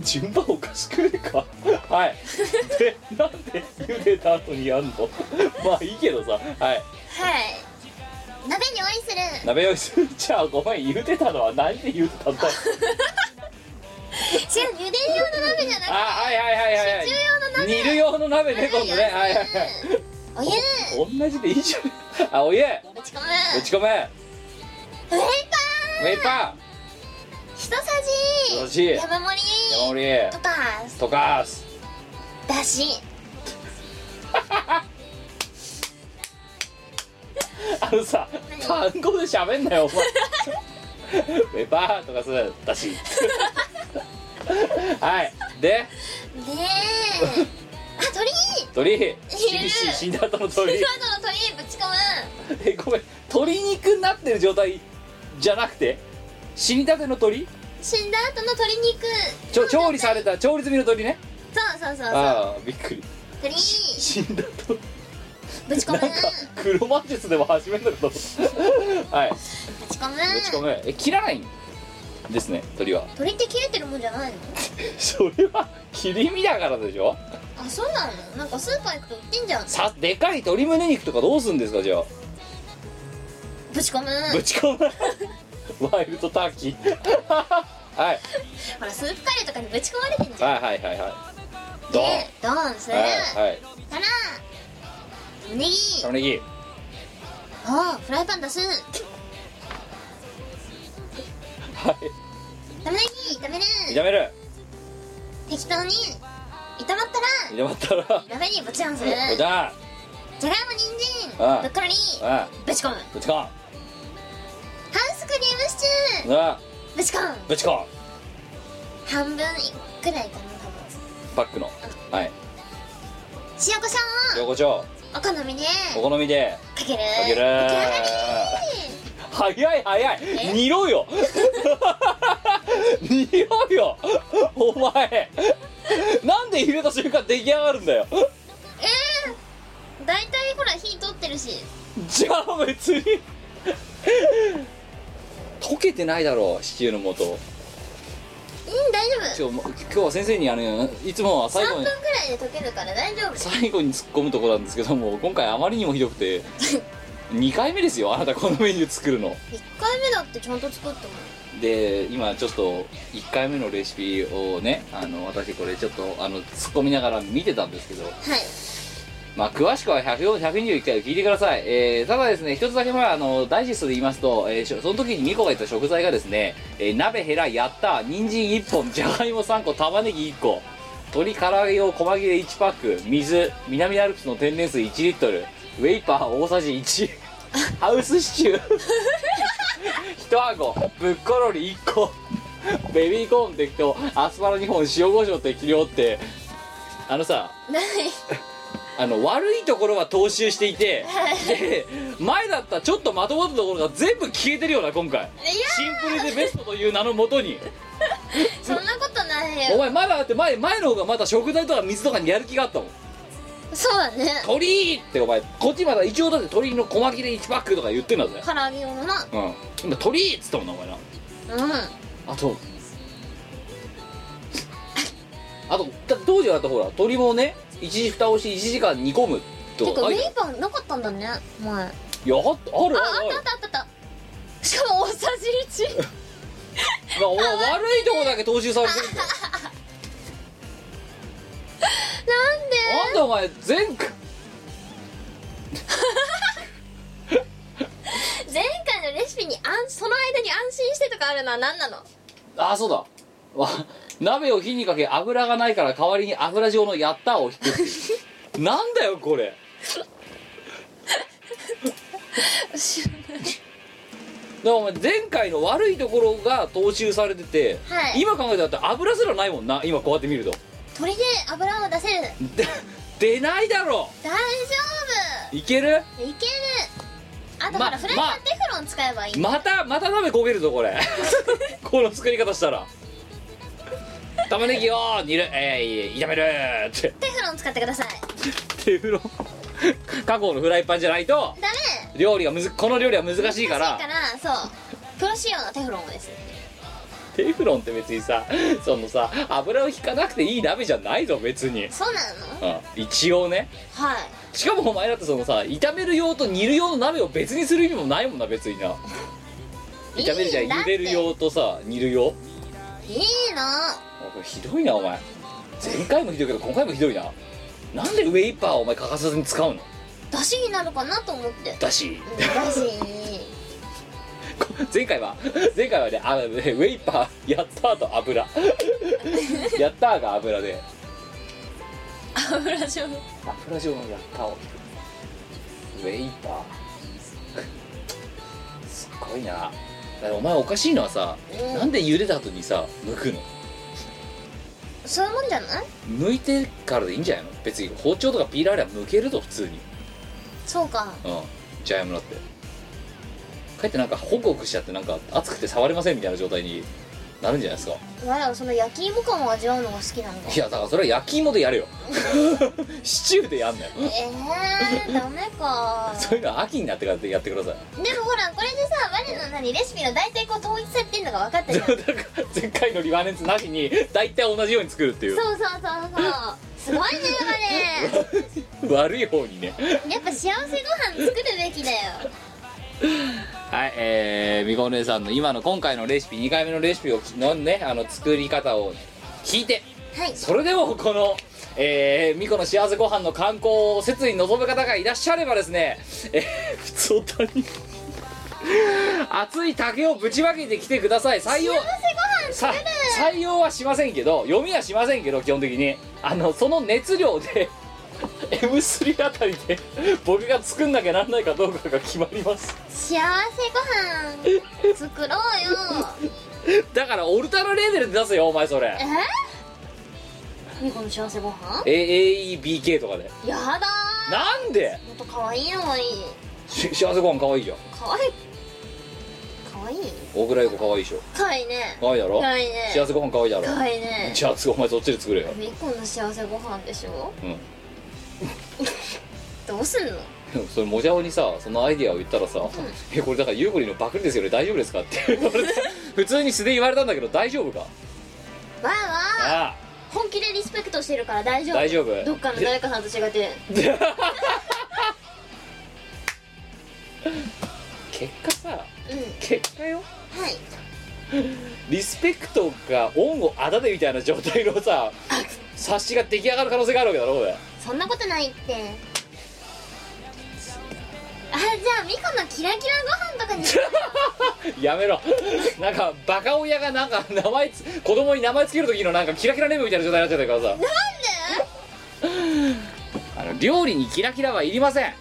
順番おかしくねえかはいでなんで茹でた後にやんの まあいいけどさはい
はい鍋に用意 する
鍋用意するじゃあごめん茹でたのは何で茹で たんだ
違う茹でる用の鍋じゃなく
あはいはいはいはいはい
シチュー用の鍋
煮る用の鍋ね今度ねはいはいはい
お湯
同じでいいじゃんあお 湯
ぶち込む
ぶち込め
ウェイ
ウェイパ
パ
ー
ー
よ
一さ
し
じ
山
山盛り
盛り
とか
溶かす
だし
あのさ単語で喋んなよ お前ウェイパーとかすだし はいで
で あ鳥
鳥
る
死死んだ後の 鳥
カードの鳥ぶち込む
えごめん鶏肉になってる状態じゃなくて死にたての鳥
死んだ後の鶏肉
ちょ調理された調理済みの鳥ね
そうそうそうそう
ああびっくり
鳥
死んだと
ぶち込
な
む
んか黒魔術でも始めるんだけど はい
ぶち込む
ぶち込むえ切らないんですね鳥は
鳥って切れてるもんじゃないの
それは切り身だからでしょ
あそうなのなんかスーパー行くと売ってんじゃん
さでかい鶏胸肉とかどうすんですかじゃあ
ぶち込む
ぶち込む ワイルドターキー はい
ほらスープカレーとかにぶち込まれてんじゃん
はいはいはいはいドン
でドーンする
はいはい
たら玉ねぎ
玉ねぎ
をフライパン出す
はい
玉ねぎ炒める
炒める
適当に炒まったら
炒まったら
鍋にぶちんする
じ
じゃ
ゃ
がいも人
ああ
参ブッコリー
あう
ぶち込むハ
んぶち込ん
ウスクリームシチュ
うわ
ーぶち込む
ぶち込ん
半分くらいかな多分
パックのはい
塩コショウを
横丁
お好みで
お
か
好みで
ける
かける早い早い
え
煮ろ よ煮ろよお前なんで入れた瞬間出来上がるんだよ
ええー、大体ほら火取ってるし
じゃあ別に溶けてないだろうシチューの素
うん大丈
ちょもう今日は先生にあのいつもは
夫
最
3
後
分
に
くらいで溶けるから大丈夫
最後に突っ込むとこなんですけども今回あまりにもひどくて2回目ですよあなたこのメニュー作るの
1回目だってちゃんと作っても
で今ちょっと1回目のレシピをねあの私これちょっとあの突っ込みながら見てたんですけど
はい
まあ、詳しくは104 121回を聞いてください、えーただですね一つだけまああのダイジェストで言いますと、えーしょその時にミコが言った食材がですね、えー鍋ヘラやった人参1本じゃがいも3個玉ねぎ1個鶏唐揚げ用小切れ1パック水南アルプスの天然水1リットルウェイパー大さじ1ハウスシチュー1箱ぶっころり1個ベビーコーン適当アスパラ2本塩コショウ適量ってあのさ
ない
あの悪いところは踏襲していて、で前だったちょっとまとまったところが全部消えてるような今回シンプルでベストという名のもとに
そんなことない
お
よ
前まだだって前前の方がまだ食材とか水とかにやる気があったもん
そうだね
鳥居ってお前こっちまだ一応だって鳥居の小切れ1パックとか言ってんだぜ
唐揚げ用のな
うん今鳥居っつったもんなお前な
うん
あとあとだって当時はだってほら鳥もね一時蓋をして1時間煮込むと
てか
あ
ウ
い
ェ
や
イパーなかったんだね前あ
あったある
あ
あるある
ったあったあったあったしかも大さじ1
まあお前悪いとこだけ踏襲されてるんだよな
なんで
んでお前前回
前回のレシピにあんその間に安心してとかあるのは何なの
ああそうだわ鍋を火にかけ油がないから代わりに油状のやったを引くっていうなんだよこれだからお前前回の悪いところが踏襲されてて、
はい
今考えたらだって油すらないもんな今こうやって見ると
鳥で油を出せる
で出ないだろ
大丈
いける
夫いけるあと
ま
ほらフライパンテフロン使えばいい、
またまた鍋焦げるぞこ れこの作り方したら玉ねぎを煮る、えー、炒めるって
テフロン使ってください
テフロン過去のフライパンじゃないと
ダ
料理がむずこの料理は難しい
メ
から
難しいからそうプロ仕様のテフロンをです
テフロンって別にさそのさ油を引かなくていい鍋じゃないぞ別に、
そうなの
うん、一応ね
はい
しかもお前だってそのさ炒める用と煮る用の鍋を別にする意味もないもんな別にない
いんだ
炒めるじゃん茹でる用とさ煮る用
いいの
お前ひどいなお前前回もひどいけど今回もひどいななんでウェイパーをお前欠かさずに使うの
出汁になるかなと思って
だし
うん出汁
こ前回は前回はねあのねウェイパーやったーと油やったーが油で
油状
油状のやったーをウェイパーすっごいなだからお前おかしいのはさ、
うん
なんで茹でた後にさ剥くの
そういうもんじゃない
剥いてからでいいんじゃないの別に包丁とかピーラーありゃ剥けると普通に
そうか
うんジャイアムだってかえってなんかホクホクしちゃってなんか熱くて触れませんみたいな状態になるんじゃないですか
我らはその焼き芋感を味わうのが好きなんだ
いやだからそれは焼き芋でやれよ シチューでやんなよ
えー、ダメか
そういうのは秋になってからやってください
でもほらこれでさ我の何レシピが大体こう統一されてんのが分かったじゃ ん
だから前回のリバネンツなしに大体同じように作るっていう
そうそうそうそうすごいね
悪い方にね
我やっぱ幸せご飯作るべきだよ
はいえー、みこお姉さんの今の今回のレシピ2回目のレシピをのねあの作り方を聞いて
はい
それでもこの、えー、ミコの幸せご飯の観光を切に望む方がいらっしゃればですね、えー、普通たに 熱い竹をぶちまけてきてください採用さ採用はしませんけど読みはしませんけど基本的にあのその熱量で M3 あたりで僕が作んなきゃなんないかどうかが決まります
幸せご飯作ろうよ
だからオルタナレーベルで出せよお前それ
何この幸せご飯
AAEBK とかで
やだー
なんで
もっと可愛いのがいい
し幸せご飯可愛いじゃん
可愛い可愛い
大倉優子可愛いでしょ
可愛いね
可愛いだろ
可愛いね
幸せご飯可愛いだろ
可愛いね
じゃあ次お前そっちで作れよ
みっこの幸せご飯でしょ
うん
どうすんの
でもそれもじゃおにさそのアイディアを言ったらさ「えこれだからゆうこりんのパクリですよね大丈夫ですか?」って言われて普通に素で言われたんだけど大丈夫か
わあわあ
あ
本気でリスペクトしてるから大丈夫
大丈夫
どっかの誰かさんと違って
結果さ
うん
結果よ
はい
リスペクトが恩をあだでみたいな状態のさ冊子が出来上がる可能性があるわけだろこれ
そんなことないってあじゃあみこのキラキラご飯とか に
やめろなんかバカ親がなんか名前つ子供に名前つける時のなんかキラキラネームみたいな状態になっちゃったからさあの料理にキラキラはいりません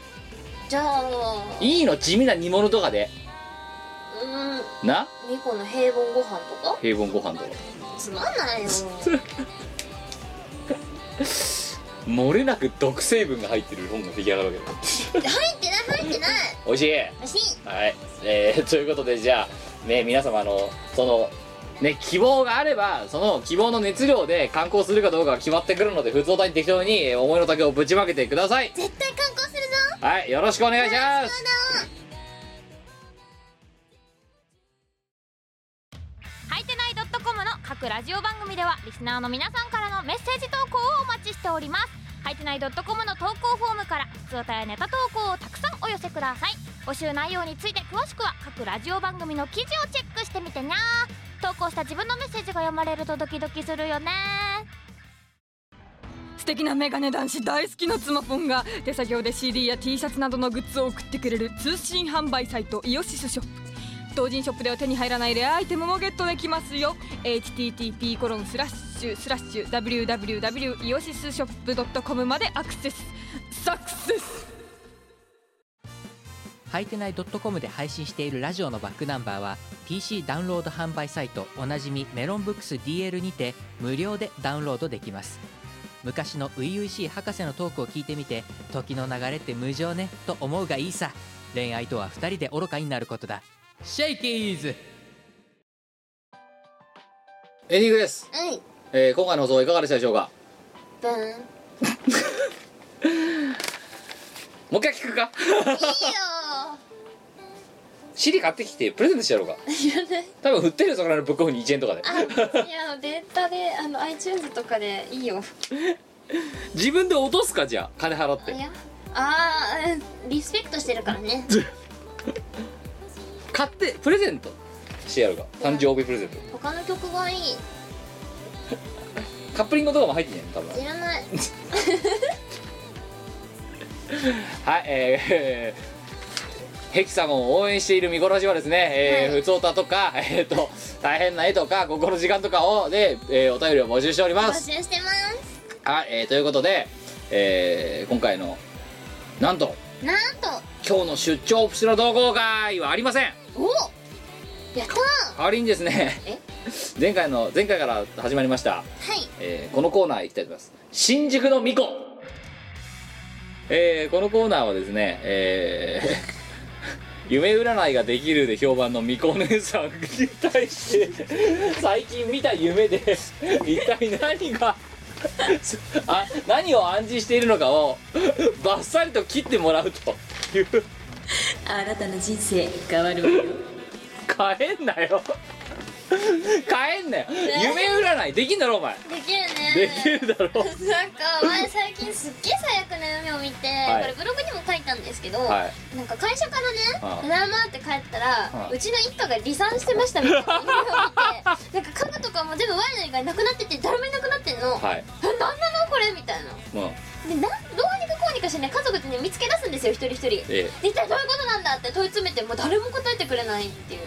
じゃあ
いいの地味な煮物とかで
うん
な
みこの平凡ご飯と
平凡ご飯とか
かつまんないよ
漏れなく毒成分が入ってる本が出来上がるわけだ
入ってない入ってない
美味しい
おしい
はい、えーということでじゃあ、ね、皆様あのそのね希望があればその希望の熱量で観光するかどうかが決まってくるので普通体に適当にえー思いの丈をぶちまけてください
絶対観光するぞ
はいよろしくお願いします
はいてない .com の各ラジオ番組ではリスナーの皆さんからのメッセージ投稿をお待ちしておりますはいてない .com の投稿フォームから普通歌やネタ投稿をたくさんお寄せください募集内容について詳しくは各ラジオ番組の記事をチェックしてみてにゃー投稿した自分のメッセージが読まれるとドキドキするよね
素敵なメガネ男子大好きな妻ポンが手作業で CD や T シャツなどのグッズを送ってくれる通信販売サイトイオシスショップ同人ショップでは手に入らないレアアイテムもゲットできますよ http コロンスラッシュスラッシュ www イオシスショップ .com までアクセスサクセス
はいてない .com で配信しているラジオのバックナンバーは PC ダウンロード販売サイトおなじみメロンブックス DL にて無料でダウンロードできます昔の初々しい博士のトークを聞いてみて時の流れって無情ねと思うがいいさ恋愛とは2人で愚かになることだシェイキーズ
エンディングです、
はい
えー今回の放送はいかがでしたでしょうか
ブーンいいよ
もう一回聞くかシリ買ってきてプレゼントしてやろうか
いらない
多分振ってるよそこらのブックオフに1円とかで
あいやあのデータであの iTunes とかでいいよ
自分で落とすかじゃあ金払っ
い
て
やあーうんリスペクトしてるからね
買ってプレゼントしてやるか誕生日プレゼント
他の曲がいい
カップリングとかも入ってんじゃない多分
いら ない
はい、えー、 ヘキサゴンを応援しているミコラジはですね、えー
はい
ふつおたとか、 えー、と大変な絵とか心の時間とかをで、えーお便りを募集しており
募
ます
集してます
はい、えーということで、えー今回のなんと
なんと
今日の出張プチの同好会はありません
おやったー
代わりにですね
え
前回の前回から始まりました
はい
えーこのコーナー行きたいと思います新宿の巫女、えーこのコーナーはですね、えー 夢占いができるで評判の巫女お姉さんに対して最近見た夢で一体何があ何を暗示しているのかをバッサリと切ってもらうという
あなたの人生変わるわよ
変えんなよ変えんなよ夢占いできんだろお前
できる
で
ね
きるだろ
なんか前最近すっげえ最悪な夢を見て、
い
これブログにも書いたんですけど、
は
なんか会社から
ああ
ね「ただいま」って帰ったら、
ああ
うちの一家が離散してました みたいな夢を見てなんか家具とかも全部我の以外なくなってて誰もいなくなってんの、
はい
えなんなのこれみたいな
もう
でなんどうにかこうにかしてね家族ってね見つけ出すんですよ一人一人
え
で一体どういうことなんだって問い詰めてもう誰も答えてくれないっていう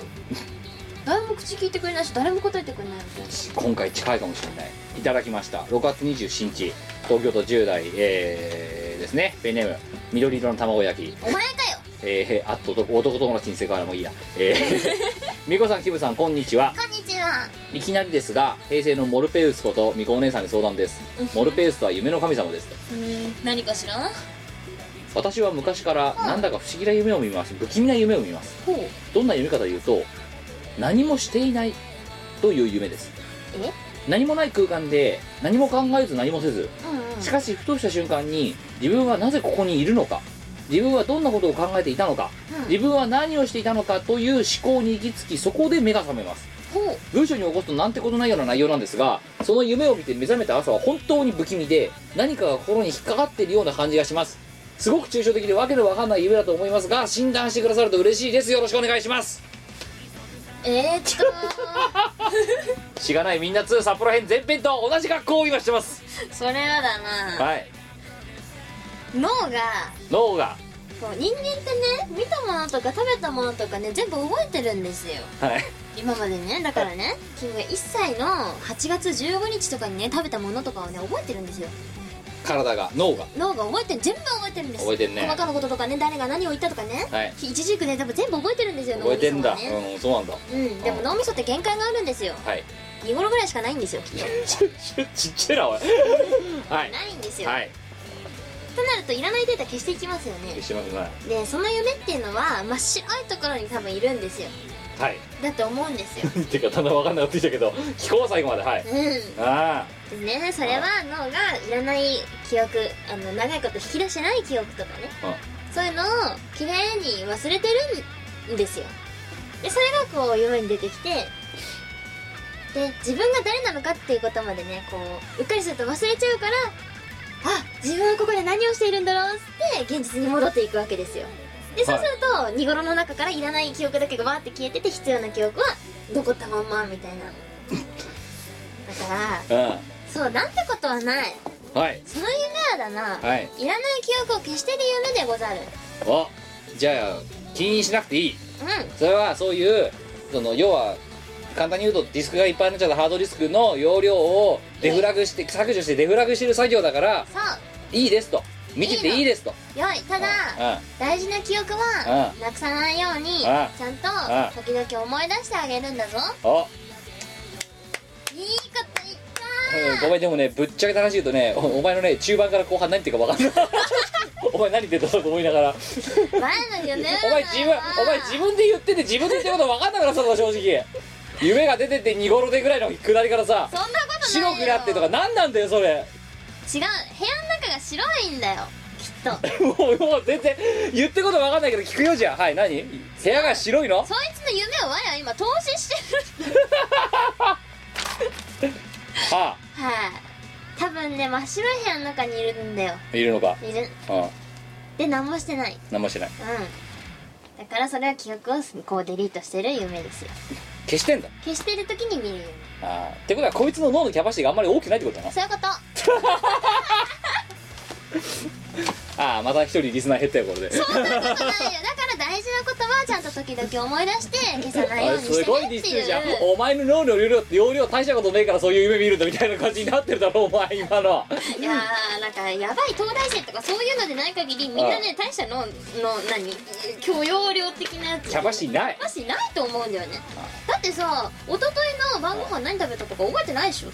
誰も口聞いてくれないし誰も答えてくれないみたいな
今回近いかもしれないいただきました6月27日東京都10代、えーですねペンネーム緑色の卵焼き
お前かよ
えー、あっと男友達に世界からもいいやえー美子さんキムさんこんにちは
こんにちは
いきなりですが平成のモルペウスことみこお姉さんに相談ですモルペウスとは夢の神様ですと
うん何かしら
私は昔からなんだか不思議な夢を見ます不気味な夢を見ます
ほう
どんな夢かというと何もしていないという夢です
え
何もない空間で何も考えず何もせずしかしふとした瞬間に自分はなぜここにいるのか自分はどんなことを考えていたのか、自分は何をしていたのかという思考に行き着きそこで目が覚めます
ほ
文章に起こすとなんてことないような内容なんですがその夢を見て目覚めた朝は本当に不気味で何かが心に引っかかっているような感じがしますすごく抽象的でわけのわかんない夢だと思いますが診断してくださると嬉しいですよろしくお願いします
えー、近い
しがないみんな2札幌編前編と同じ学校を今してます
それはだな、
はい
脳が
脳が
こう人間ってね見たものとか食べたものとかね全部覚えてるんですよ
はい
今までねだからね君が1歳の8月15日とかにね食べたものとかをね覚えてるんですよ
体が脳が
脳が覚えてる全部覚えてるんです
覚えてんね
細かなこととかね誰が何を言ったとかね、
はい
一時ね多分全部覚えてるんですよ
覚えてんだ、
脳みそはね
うんそうなんだ
うん、でも脳みそって限界があるんですよ
はい
見頃ぐらいしかないんですよ
ちっちゃいなおいはい
ないんですよ、
はい
となるといらないデータ消していきますよね
しますない
でその夢っていうのは真っ白いところに多分いるんですよ
はい
だって思うんですよ
っていうかだんだん分かんなくなってきたけど聞こう最後まではい
うん
あ
でねそれは脳がいらない記憶あの長いこと引き出してない記憶とかね
あ
そういうのを綺麗に忘れてるんですよでそれがこう夢に出てきてで自分が誰なのかっていうことまでねこううっかりすると忘れちゃうからあ自分はここで何をしているんだろうっつって現実に戻っていくわけですよでそうすると濁ろの中からいらない記憶だけがわーって消えてて必要な記憶は残ったまんまみたいなだから
あ
そうなんてことはない
うんはい
その夢はだな、
はい
いらない記憶を消してる夢でござる
おじゃあ気にしなくていい
うん
それはそういうその要は簡単に言うとディスクがいっぱいになっちゃったハードディスクの容量をデフラグして削除してデフラグしてる作業だから
そう
いいですと見てていいですと
よいただ大事な記憶は
う
なくさないようにちゃ
うん
んと時々思い出してあげるんだぞ
うんお
いいこと言っ
うんごめんでもねぶっちゃけた話言うとねおお前のね中盤から後半何言ってるか分かんない お前何言ってたとか思いながら
た前の夢
お前自分お前自分で言ってて自分で言ってること分かんなくなったの正直夢が出てて濁ろでぐらいの下りからさ
そんなことない
白
よ
くなってとか何なんだよそれ
違う部屋の中が白いんだよ きっと
もうもう全然言ってること分かんないけど聞くよじゃあはい何部屋が白いの
そいつの夢を我は今投資してる
あ
はい、多分ね真っ白い部屋の中にいるんだよ
あいるのか
いる
うん
で何もしてない
何もしてない
うんだからそれは記憶をこうデリートしてる夢ですよ
消してんだ
消してる時に見る夢
あーってことはこいつの脳のキャパシティがあんまり大きくないってことだな
そういうこと
ああまた一人リスナー減ったよこれで
そんなことないよだから大事なことはちゃんと時々思い出して消さないようにして
す
ね
ごいディ
っ
ス
て
る
いう
じゃんお前の脳の容量って容量大したことねえからそういう夢見るんだみたいな感じになってるだろお前今の
いやーなんかやばい東大生とかそういうのでない限りみんなね大したのの何許容量的なやつ
キャパシティない
マジないと思うんだよねだってさ一昨日の晩ご飯何食べたとか覚えてないでしょ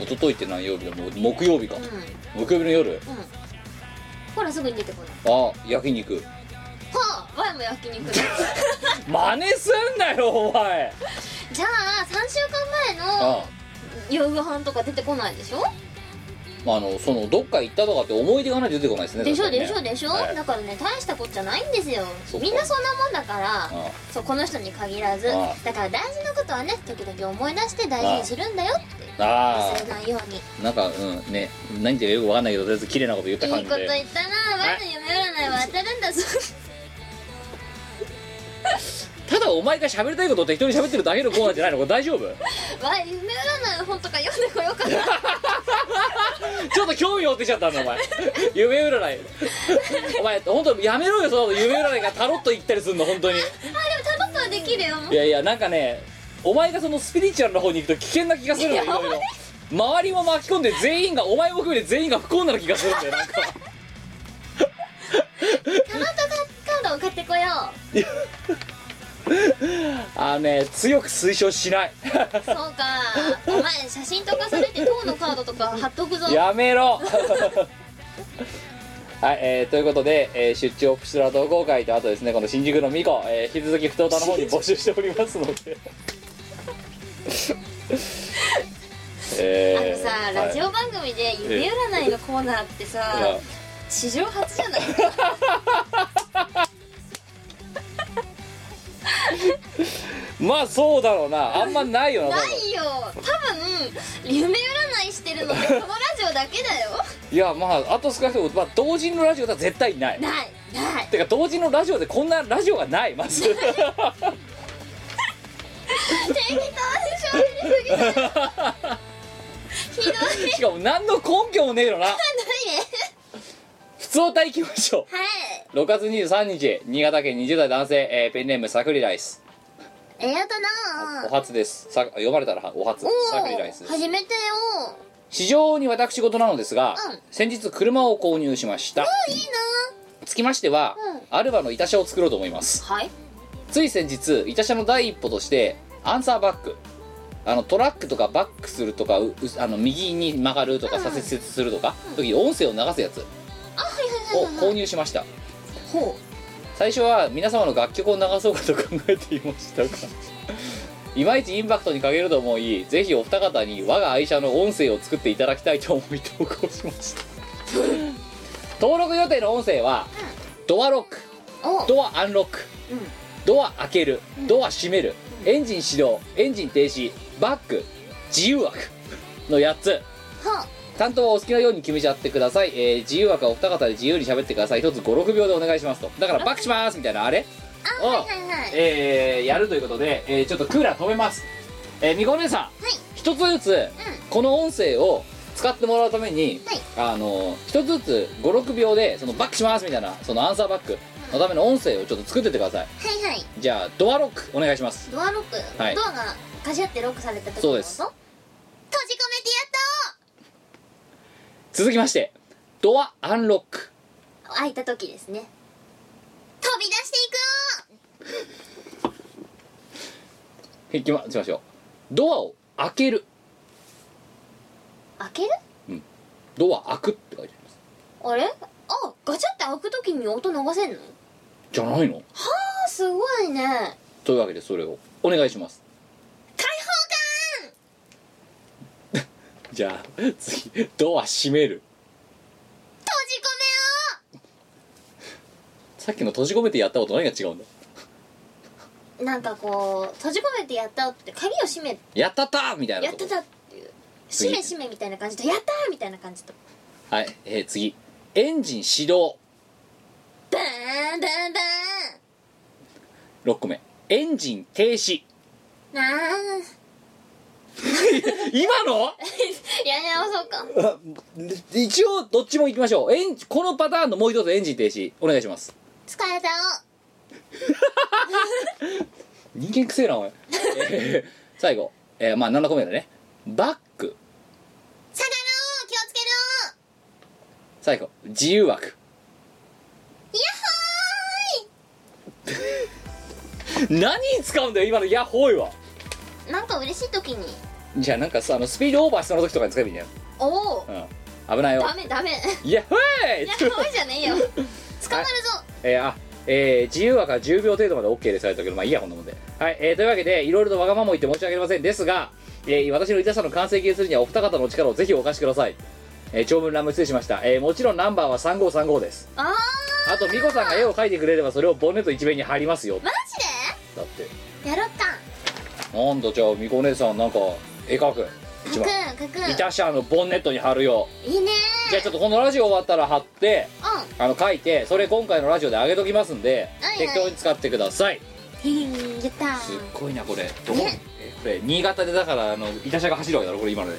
一昨日って何曜日だもう木曜日か
うんうん
木曜日の夜
ほらすぐに出てこない
あ焼肉
はあワイも焼 肉だ
真似すんなよお前
じゃあ3週間前の
あ
夕ご飯とか出てこないでしょ
まああのそのどっか行ったとかって思い出がないと出てこないですね
でしょ
確かに
で
ね
しょでしょ、
はい
だからね大したことじゃないんですよ
そっか
みんなそんなもんだから
あ
そうこの人に限らず
ああ
だから大事なことはね時々思い出して大事にするんだよって
あ
忘れないようにいい
あなんかうんね何て言うかよくわかんないけどとりあえず綺麗なこと言った感じ
こと
で
言ったなワイの夢占いは当たるんだぞ
ただお前が喋りたいことを適当に喋ってるだけのコーナーじゃないのこれ大丈夫
ワイ夢占い本とか読んでこようかな
ちょっと興味持ってきちゃったんだお前夢占いお前本当やめろよその後夢占いがタロット行ったりするの本当に
あでもタロットはできるよ
いやいやなんかねお前がそのスピリチュアルの方に行くと危険な気がするのよいろいろ周りも巻き込んで全員がお前も含めて全員が不幸な気がするんだよなんか
タロットカードを買ってこよう
あはね強く推奨しない
そうかお前写真とかされて塔のカードとか貼っとくぞ
やめろはい、えーということで、えー出張プシュラ同好会とあとですねこの新宿のミコ、えー引き続き不登田の方に募集しておりますの で
あの
え
さ、
ー
ラジオ番組で夢占いのコーナーってさ、
はいうん
史上初じゃない
まあそうだろうなあんまないよな多
な
分
いよ多分夢占いしてるのってこのラジオだけだよ
いやまああと少なくとも、まあ、同人のラジオでは絶対ない
ないない
てか同人のラジオでこんなラジオがない まず
適当に喋りすぎだよひどい
しかも何の根拠もねえのな普通歌いきましょう
はい
6月23日新潟県20代男性、えーペンネームさくりライス
ありがとな
お初ですさ読まれたらお初さくりライスです
初めてよ
非常に私事なのですが、先日車を購入しましたつきましては、アルバの板車を作ろうと思います
はい
つい先日板車の第一歩としてアンサーバックあのトラックとかバックするとかううあの右に曲がるとか左折するとか、時に音声を流すやつを購入しました
ほ
最初は皆様の楽曲を流そうかと考えていましたがいまいちインパクトに欠けると思いぜひお二方に我が愛車の音声を作っていただきたいと思い投稿しました登録予定の音声は、ドアロック
お
ドアアンロック、
うん
ドア開けるドア閉める、エンジン始動エンジン停止バック自由枠の8つ
は
担当はお好きなように決めちゃってください、えー自由枠はお二方で自由に喋ってください一つ56秒でお願いしますとだからバックしますみたいなあれを、
はいはい
えーやるということで、えーちょっとクーラー止めますえーみこお姉さん一、つずつこの音声を使ってもらうために、あの一つずつ56秒でそのバックしますみたいなそのアンサーバックのための音声をちょっと作ってってください
はいはい
じゃあドアロックお願いします
ドアロック、
はい
ドアがかし合ってロックされた時のこと
そうです
閉じ込めて
続きましてドアアンロック
やった開いた時ですね飛び出していくよ
いきましょうドアを開ける
開ける
ドア開くって書いてあります
あれあガチャって開く時に音流せんの
じゃないの
あすごいね開
というわけでそれをお願いします
放
じゃあ次ドア閉める
感閉じ込
さっきの閉じ込めてやったこと何が違うんだ
めようなんかこう閉じ込めてやったって鍵を閉め
やったったみたいな
やっ
こと
てたっていう閉め閉めみたいな感じとやったーみたいな感じと
はい、えー、次エンジン始動
バーンバーンバ
6個目エンジン停止
ーンなあ
今の
やり直そうか
一応どっちも行きましょうエンジンこのパターンのもう一つエンジン停止お願いします
疲れたよ
人間くせえなお前、えー 最後、えーまあ7個目だねバック
魚を気をつけるよ
最後自由枠ヤッホーイ 何に使うんだよ今のヤッホーイは
なんか嬉しい時に
じゃあなんかさあのスピードオーバーしたの時とかに使えばいいんだよ、
おお
うん、危ないよ
ダメダメ
ヤッホーイ
いやそうじゃねえよ捕まるぞ
えーあえー自由枠は10秒程度まで OK ですされたけどまあいいやこんなもんで、はいえーというわけでいろいろとわがまま言って申し訳ありませんですが、えー私の痛さの完成形するにはお二方のお力をぜひお貸しください、えー長文乱文失礼しました、えーもちろんナンバーは3535です
あ
あと美子さんが絵を描いてくれればそれをボンネット一面に貼りますよ
ーマ
だって
ジでやろっか
なんだじゃあ美子お姉さんなんか絵描く一
く
番
んかくん
イタシャのボンネットに貼るよ
いいね
じゃあちょっとこのラジオ終わったら貼って
ー
あの書いてそれ今回のラジオで上げときますんで
はいはい
適当に使ってください
うんやった
すっ
ー
ごいなこれどこ
ね
えこれ新潟でだからあの板車が走るわけだろこれ今ので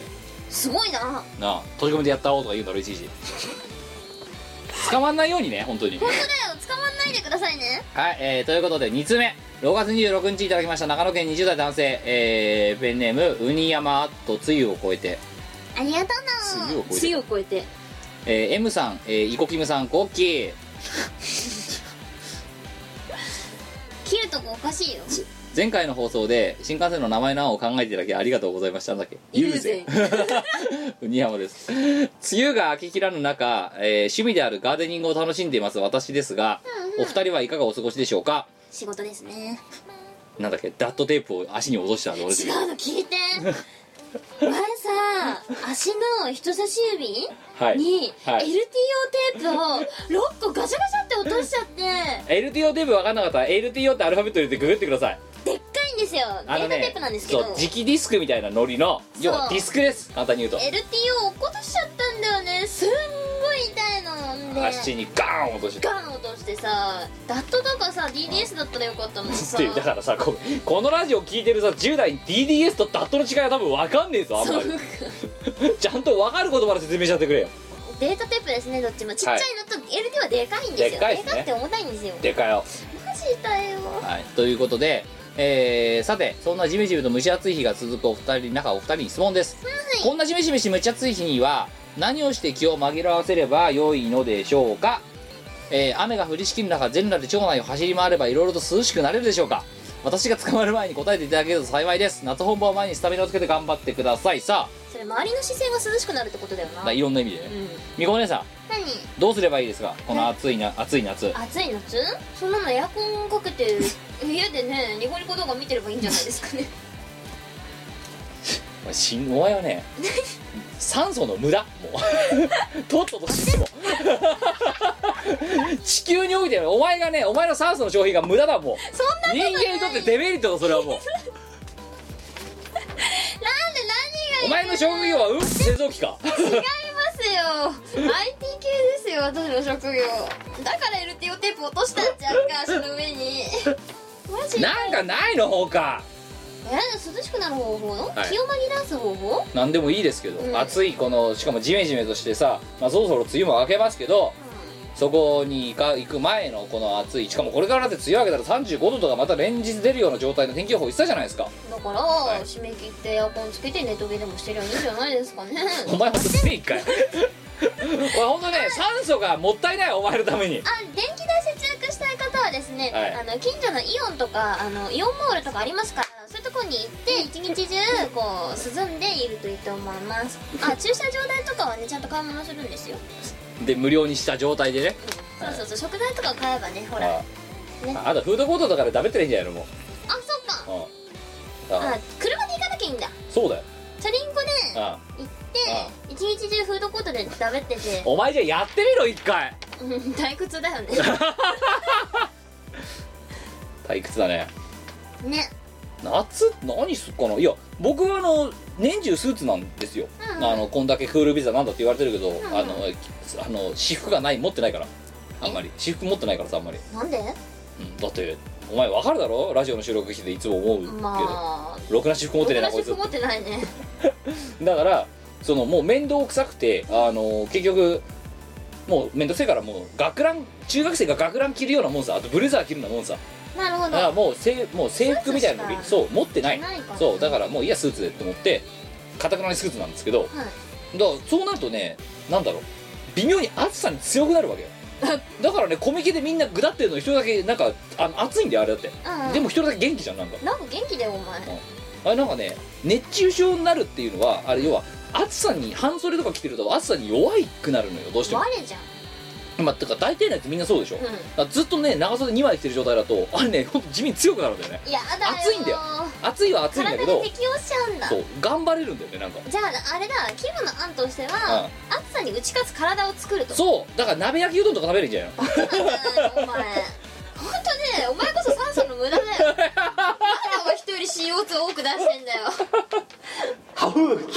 す
ごいな
なあ閉じ込めてやったおとか言うんだろいちいち捕まんないようにね本当に
本当だよ捕まんないでくださいね
はい、えーということで2つ目6月26日いただきました長野県20代男性、えーペンネームウニヤマとつゆを超えて
ありがと
つゆを超
梅雨を超え
えて
て
えー M さん、えー、イコキムさんコッキー
うな切るとこおかしいよ
前回の放送で新幹線の名前の案を考えていただきありがとうございましたなんだっけ
友禅
新浜です梅雨が明けきらぬ中、えー趣味であるガーデニングを楽しんでいます私ですが、お二人はいかがお過ごしでしょうか
仕事ですね
なんだっけダットテープを足に落としたの俺
違うの聞 いて前さ足の人差し指
はい
に
はい
LTO テープを6個ガシャガシャって落としちゃってで
LTO テープ分かんなかったら LTO ってアルファベット入れてググってください
っかいんですよ
あ
デ
の
ータテー
ね
プなんですけ
そ
ど
う磁気ディスクみたいなノリの要はディスクです簡単に言うと
LTO 落っことしちゃったんだよねすんごい痛いので
足にガーン落として
ガン落としてさダットとかさ DDS だったらよかったのにさ
っていうだからさここのラジオ聞いてるさ10代 DDS とダットの違いは多分分かんねえぞあんまり ちゃんと分かる言葉で説明しちゃってくれよ
データテープですねどっちもちっちゃいのと LT はでかいんですよ、
でかいっすね
でかくて重たいんですよ
でかよ、
マジ痛いよ
はい、ということで、えー、さてそんなジメジメと蒸し暑い日が続くお二人中お二人に質問です、こんなジメジメし蒸し暑い日には何をして気を紛らわせれば良いのでしょうか、えー雨が降りしきる中全裸で町内を走り回ればいろいろと涼しくなれるでしょうか私が捕まる前に答えていただけると幸いです夏本番を前にスタミナをつけて頑張ってくださいさあ
それ周りの視線が涼しくなるってことだよな、
まあ、いろんな意味でね、
うん
みこお姉さん
何
どうすればいいですかこの暑いな、暑い夏
暑い夏そんなのエアコンかけて部屋でねニコニコ動画見てればいいんじゃないですか ね
お前しんお前はね酸素の無駄もう とっとと死ぬもう 地球においてお前がねお前の酸素の消費が無駄だもう
そんなこと
人
ない
間にとってデメリットだそれは もう
なんで
お
何がい
前の職業は うん製造機か
ますよ IT 系ですよ私の職業だから LTO テープ落としたんじゃんか足の上 にマジ
なんかないのほか
え涼しくなる方法の、
はい
気を紛らわす方法
なんでもいいですけど、
うん
暑いこのしかもジメジメとしてさ、まあ、そろそろ梅雨も明けますけど、そこに行か行く前のこの暑いしかもこれからだって梅雨明けたら35度とかまた連日出るような状態の天気予報言ってたじゃないですか
だから、
い
締め切ってエアコンつけてネトゲでもしてりゃいいんじゃないで すかね
お前ほんとね一 回俺ほんとね酸素がもったいないお前のために
あ電気代節約したい方はですね、
はい
あの近所のイオンとかあのイオンモールとかありますからそういうとこに行って一日中こう涼んでいるといいと思い ますあ駐車場代とかはねちゃんと買い物するんですよ、
で無料にした状態でね
そうそうそう食材とか買えばねほら
あ
あね
ああとフードコートとかで食べてりゃいいんじゃないのも
そっか
う、うん、あ
あ車で行かなきゃいいんだ
そうだよ
チャリンコで
あ
行って一日中フードコートで食べてて
お前じゃあやってみろ一回
うん退屈だ よね
退屈だね
ね
夏何すっかないや僕はあの年中スーツなんですよ、
うんうん
あのこんだけクールビザなんだって言われてるけど、
んうん
あのあの私服がない持ってないからあんまり私服持ってないからさあんまり、
なんで
うんだってお前わかるだろラジオの収録してていつも思うけど、
まあ
ろくな私服持ってねえなこい
僕
つ
持ってない ね
だからそのもう面倒くさくてあの結局もう面倒くせえからもう学ラン中学生が学ラン着るようなもんさあとブレザー着るようなもんさ
なるほ
だから
ど
もう制もう制服みたいな
スー
の
ツしか
そう持ってない
ないから
そうだからもういいやスーツでって思ってかたくなにスーツなんですけど、だからそうなるとねなんだろう微妙に暑さに強くなるわけよ だからねコミケでみんなぐだってるの一人だけなんかあの暑いんだよあれだって、
うん
でも一人だけ元気じゃんなんか
なんか元気だよお前
あれなんかね熱中症になるっていうのはあれ要は暑さに半袖とか着てると暑さに弱くなるのよどうしても
我じゃん
まあてか大体のやつみんなそうでしょ、
ん
だからずっとね長袖2枚着てる状態だとあれねほんと地味に強くなるんだよね
いやだよー
暑いんだよ暑いは暑いんだ
体
け
に
ど
適応しちゃうんだ
そう頑張れるんだよねなんか
じゃああれだキムの案としては暑さに打ち勝つ体を作ると
そうだから鍋焼きうどんとか食べるんじゃないの
うんお前本当ねお前こそ酸素の無 駄だよなんでお前人より CO2 多く出してんだよ
ハフー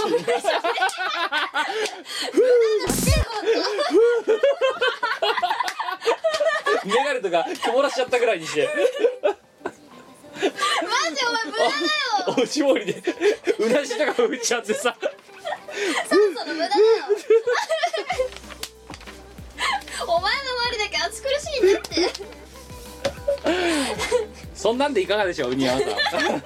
メガネとか曇らしちゃったぐらいにして
マジお前無駄だよ
おしぼりでうなじとか振っちゃってさ
酸素の無駄だよお前の周りだけ暑苦しいんだって
そんなんでいかがでしょうウニアンさん
とろ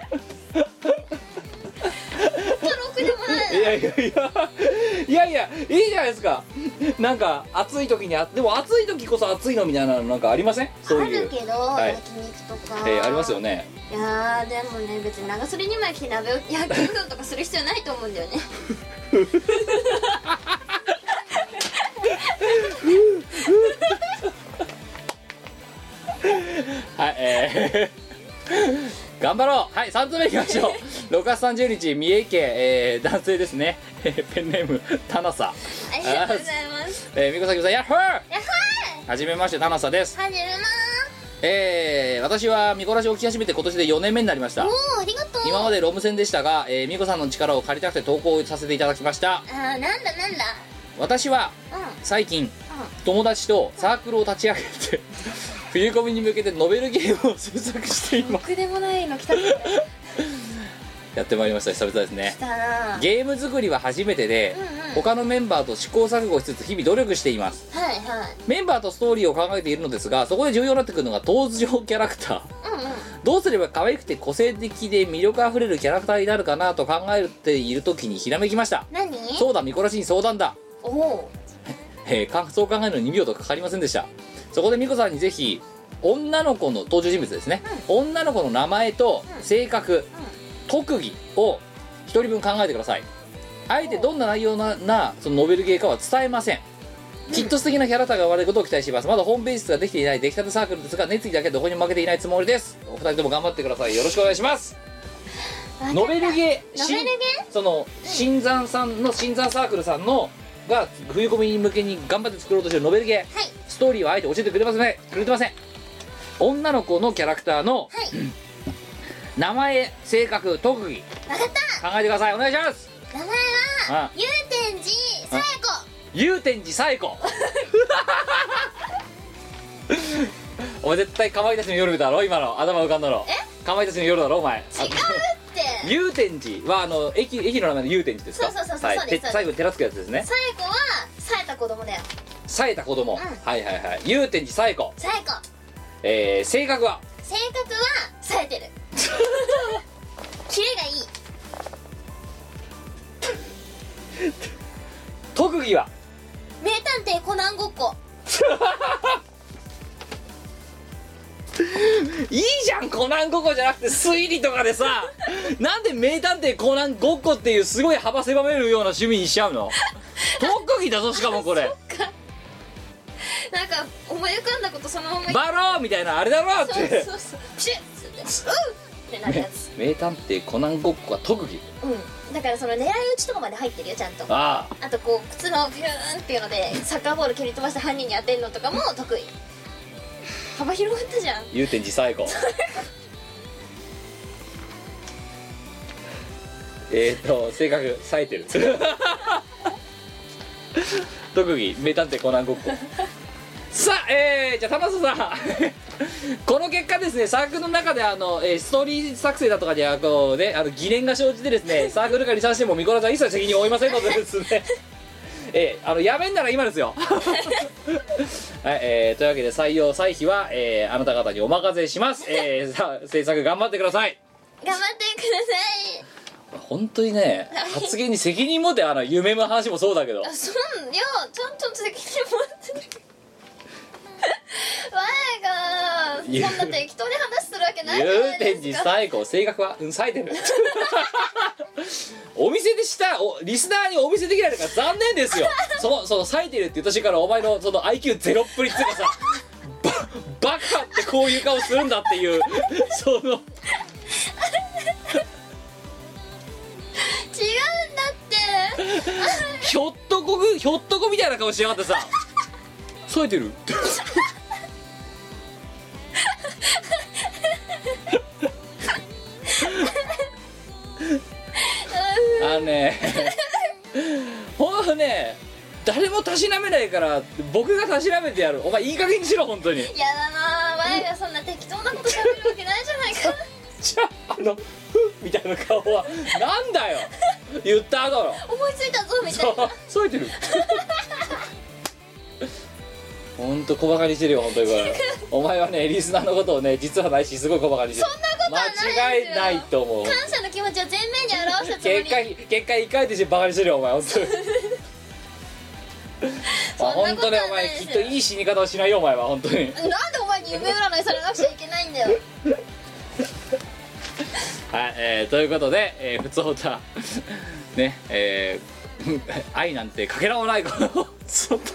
くでもない
いやいやいやいやいやいいじゃないですかなんか暑い時にあでも暑い時こそ暑いのみたいなのなんかありませんそう
あ
いう
るけど、
はい
焼肉とか、
えーありますよね
いやーでもね別に長袖2枚着て鍋を焼き肉とかする必要ないと思うんだよね
はいえー 頑張ろうはい3つ目いきましょう6月30日三重県、えー男性ですね、えーペンネームタナサ
ありがとうございます
えー、みこさきさんやっほー
やっほ
はじめましてタナサです
ー始めま
えー、私はミコラジを聞き始めて今年で4年目になりました
ーおーありがとう
今までロム線でしたが、えー、みこさんの力を借りたくて投稿させていただきました
あーなんだなんだ
私は
うん
最近友達とサークルを立ち上げて 冬コミに向けてノベルゲームを制作しています
僕でもないの来たくない
やってまいりました久々ですね
来たなはい
ゲーム作りは初めてで、
うんうん
他のメンバーと試行錯誤しつつ日々努力しています
はい
メンバーとストーリーを考えているのですがそこで重要になってくるのが登場キャラクター
うんうん
どうすれば可愛くて個性的で魅力あふれるキャラクターになるかなと考えている時にひらめきました
何
そうだミコラシに相談だ
おお
えー感想を考えるのに2秒とかかかりませんでしたそこでミコさんにぜひ女の子の登場人物ですね、女の子の名前と性格、特技を1人分考えてくださいあえてどんな内容ななそのノベルゲーかは伝えませんきっと素敵なキャラクターが生まれることを期待していますまだホームページ数ができていない出来たてサークルですが熱意だけはどこにも負けていないつもりですお二人とも頑張ってくださいよろしくお願いしますノベルゲー
ノベルゲ
ーその新山さんの新山サークルさんのが冬コミに向けに頑張って作ろうとしてるノベルゲー、
はい
ストーリーはあえて教えてくれませんくれてません女の子のキャラクターの、
はい
名前性格特技
わかった
考えてくださいお願いします
名前は
あ
祐天寺さえ子
祐天寺冴 子お前絶対かまいたちの夜だろ今の頭浮かんだろかまいたちの夜だろお前
違うって
祐天寺はあの駅駅の名前の祐天寺ですか
そうそうそうそう
はい
そうです
て
そう
最後に寺つくやつですね
さえ子はさえた子供だよ
冴えた子供、はいはいはい祐天寺冴子、
さえ子
えー、性格は
性格は冴えて るキレがいい
特技は
名探偵コナンごっこ
いいじゃんコナンごっこじゃなくて推理とかで さなんで名探偵コナンごっこっていうすごい幅狭めるような趣味にしちゃう の特技だぞしかもこれ
なんか思い浮かんだことそのまま言っ
バローみたいなあれだろっ
そう
て
そうそうプシュッつってうんってなるやつ
名探偵コナンごっこは特技
うんだからその狙い撃ちとかまで入ってるよちゃんと
あ
あとこう靴のピューンっていうのでサッカーボール蹴り飛ばして犯人に当てるのとかも得意幅広がったじゃん
あ祐天寺最後 えっと性格冴えてる特技名探偵コナンごっこさあえー、じゃあ田中さん この結果ですねサークルの中であの、えーストーリー作成だとかにはこうねあの疑念が生じてですねサークルからに対してもミコラさんは一切責任を負いませんのでですねえーあのやめんなら今ですよはい、えーというわけで採用採否は、えーあなた方にお任せします、えーさあ制作頑張ってください
頑張ってくだ
本当にね発言に責任持ってあの夢の話もそうだけど
さいあそんよちゃんと責任持ってる 前がそんな適当に話するわけないじゃない
祐天
です
寺
か
最高性格はうん冴えてる お店でしたおリスナーにお見せできないのが残念ですよそのその冴えてるって言った瞬間からお前のその IQ ゼロっぷりっていうかさババカってこういう顔するんだっていうその
違うんだって
ひょっとこぐひょっとこみたいな顔しやがってさ冴えてるあのねほんとね誰もたしなめないから僕がたしなめてやるお前いい加減にしろ本当に
やだな前がそんな適当なこと喋るわけないじゃない か
じゃああのふっみたいな顔はなんだよ言っただろ
思いついたぞみた
そ
いうな
冴えてるほんと小バカにしてるよ本当にこれお前はねリスナーのことをね実はないしすごい小バカにしてるそんなこと
はないですよ
間違いないと思う
感謝の気持ちを前面に直した
結
つもり
果結果一回でバカにしてるよお前本当にまあ
そんな
本
こと
当
は
ね
ない
お前
です
き
よ
っといい死に方をしないよお前は本当に
なんでお前に夢占いされなくちゃいけないんだよ
はい、えーということで、えー、ふつおたねえー 愛なんてかけらもないこのちょっと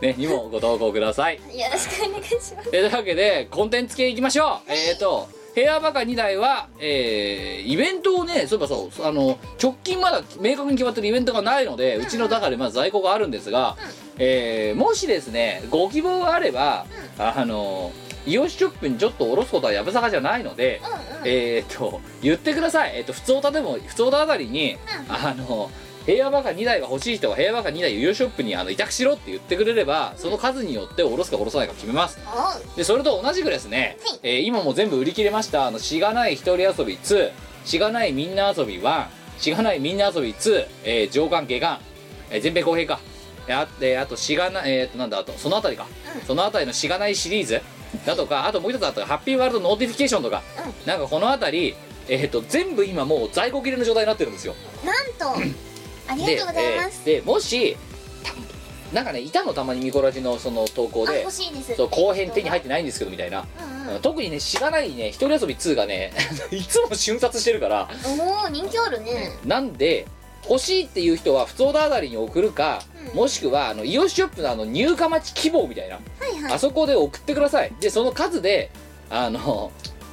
ねにもご投稿ください
よろしくお願いしま
え
す
ーというわけでコンテンツ系いきましょうえっ、ー、とヘアバカ2台は、えーイベントをねそういえばそうあの直近まだ明確に決まってるイベントがないのでうちの中でまだ在庫があるんですが、えーもしですねご希望があれば、あのイオシショップにちょっとおろすことはやぶさかじゃないので、えーっと言ってくださいえーっと普通オタでも普通オタあたりに、あの平和バカ2台が欲しい人は平和バカ2台ユーショップにあの委託しろって言ってくれればその数によっておろすかおろさないか決めますでそれと同じくですね、えー今もう全部売り切れましたあのしがない一人遊び2しがないみんな遊び1しがないみんな遊び2、えー、上巻下巻、えー全米公平かえーあであとしがないえーっとなんだあとそのあたりか、そのあたりのしがないシリーズだとかあともう一つあったハッピーワールドノーティフィケーションとか、なんかこのあたりえーっと全部今もう在庫切れの状態になってるんですよ
なんとありがとうございます、
で,、えーでもしたなんかねいたのたまにミコラジのその投稿
あ
で
欲しいです
そう後編手に入ってないんですけどみたいな、特にね知らないね一人遊び2がね いつも瞬殺してるから
おお人気あるね
なんで欲しいっていう人は普通オーダーあたりに送るか、もしくはあのイオシショップのあの入荷待ち希望みたいな、
はいはい
あそこで送ってくださいでその数であの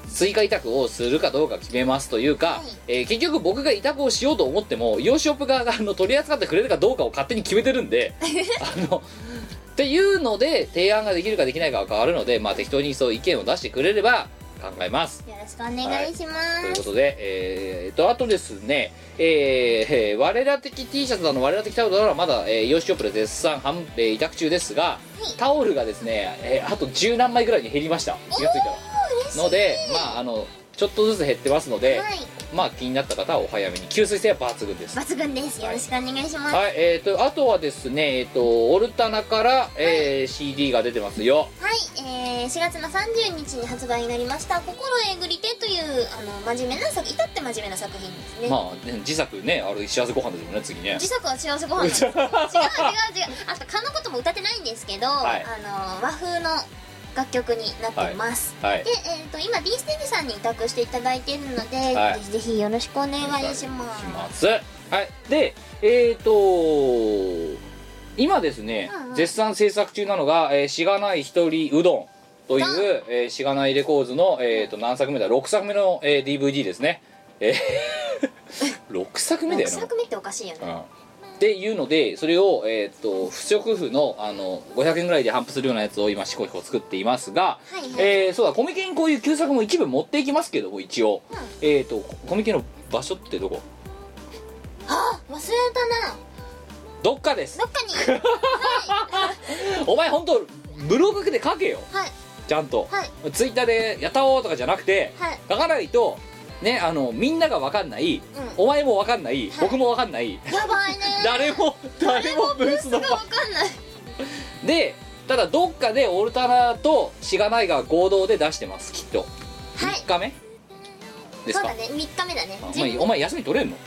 追加委託をするかどうか決めますというか、えー結局僕が委託をしようと思ってもイオシショップ側があの取り扱ってくれるかどうかを勝手に決めてるん であのっていうので提案ができるかできないかが変わるので、まあ、適当にそう意見を出してくれれば考えます
よろしくお願いします、
ということで、えー、と、あとですね、えーえー我ら的 T シャツなの、我ら的タオルなのはまだ、えー、ヨシショップで絶賛販、えー委託中ですが、タオルがですね、えーあと十何枚ぐらいに減りました。気がついたら。ので、まあ、あの、ちょっとずつ減ってますので、
はい
まあ、気になった方はお早めに。吸水性は抜群です。
抜群ですよろしくお願いします、
はい、えー、と、あとはですね、えっ、と、オルタナから、えー CD が出てますよ。
はい、えー4月の30日に発売になりました「心えぐりて」というあの真面目な作至って真面目な作品ですね、
まあ、ね自作ね、あれ、幸せご飯ですもんね、次ね。
自作は幸せご 飯なんです違う違う違うあと勘のことも歌ってないんですけど、
はい
あの和風の楽曲になってます、
はいはい
で、えー、と今 D ステージさんに委託していただいているので、
はい
ぜひぜひよろしくお願いします
ますはいでえっ、と今ですね、
うんうん
絶賛制作中なのが「えーしがない一人うどん」という、えーしがないレコーズの、えー、と何作目だ6作目の、えー DVD ですねえ6 作目だよ
6
な
作目っておかしいよね
っていうのでそれを、えー、と不織布のあの500円ぐらいで頒布するようなやつを今しこしこ作っていますが、
はいはい
えーそうだコミケにこういう旧作も一部持っていきますけども一応、えっ、とコミケの場所ってどこ
あ忘れたな
どっかです
どっかにはい
お前本当ブログで書けよ
はい
ちゃんと、
は
ツイッターで「やったおー」とかじゃなくて、
はい
書かないとねあのみんなが分かんない、お前も分かんない、僕も分かんない
やばいね
誰も誰もブースの
わかんない
でただどっかでオルタナとしがないが合同で出してますきっと
はい
3日目です
そう
か
だね3日目だね
あお前お前休み取れんの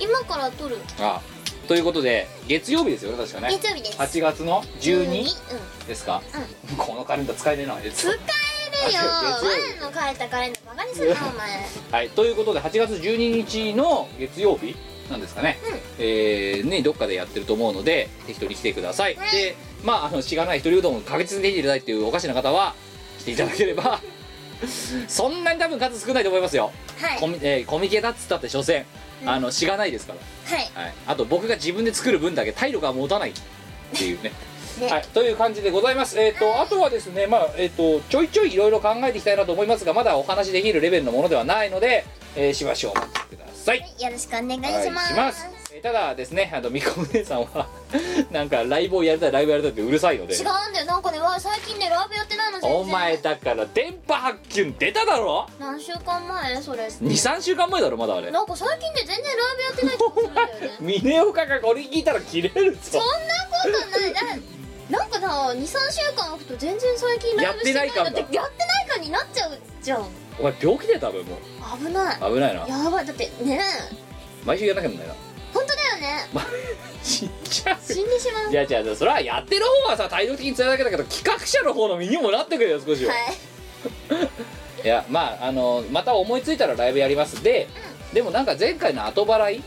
今から撮る
あということで月曜日ですよね確かね
月曜日です
8月の
12
12
うん
ですか、 このカレンダー使えねえな
使えるよ
あ違う月曜日
前の書いたカレンダーバカにするなお前
はい、ということで8月12日の月曜日なんですかね、えーねどっかでやってると思うので適当に来てください、でまああのしがない一人うどんを確実に手に入れたいっていうおかしな方は来ていただければそんなに多分数少ないと思いますよ、
はい
コミえーコミケだっつったって所詮、あのしがないですか
はい
ら、はい、あと僕が自分で作る分だけ体力が持たないっていうね
ね
はい、という感じでございます、えー、とあとはですね、まあえー、とちょいちょいいろいろ考えていきたいなと思いますがまだお話しできるレベルのものではないので、えーしばしお待ちください、
よろしくお願い
はい
します,、
えーただですねあのみこお姉さんは なんかライブをやりたいライブやりたいってうるさいので
違うんだよなんかねわ最近ねライブやってないの全然
お前だから電波発見出ただろ
何週間前それ
23週間前だろまだあれ
なんか最近ね全然ライブやってないってことするんだよね
峰岡がこれ聞いたら切れる
そ
ぞ
んなことないななんかな23週間空くと全然最近ライブしてないのって
や
やってないかになっちゃうじゃん
お前病気だよ多分も
危ないう
危ないな
やばいだってね
毎週やらなきゃなんないな
本当だよね
死んじゃう
死んでしまう
いや違う違うそれはやってる方はさ体力的に辛いだけだけど企画者の方の身にもなってくれよ少しは、
はい
い、やまああのまた思いついたらライブやりますで、でもなんか前回の後払い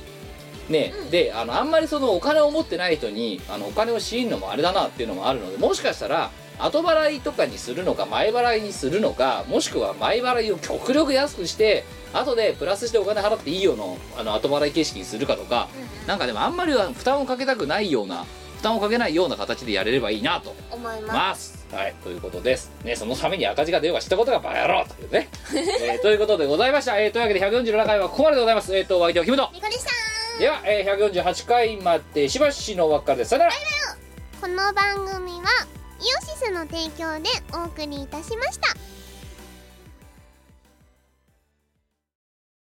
ね、であのあんまりそのお金を持ってない人にあのお金を強いるのもあれだなっていうのもあるのでもしかしたら後払いとかにするのか前払いにするのかもしくは前払いを極力安くして後でプラスしてお金払っていいよのあの後払い形式にするかとか、なんかでもあんまりは負担をかけたくないような負担をかけないような形でやれればいいなと
思いま
ます。はい、ということです。ね、そのために赤字が出ようが知ったことがバカ野郎という ね、えーということでございました。えーというわけで147回はここまででございます。えっ、と、お相手はキムト
す。ニコでした
では、えー148回までしばしのお別れです。さよなら
この番組はイオシスの提供でお送りいたしました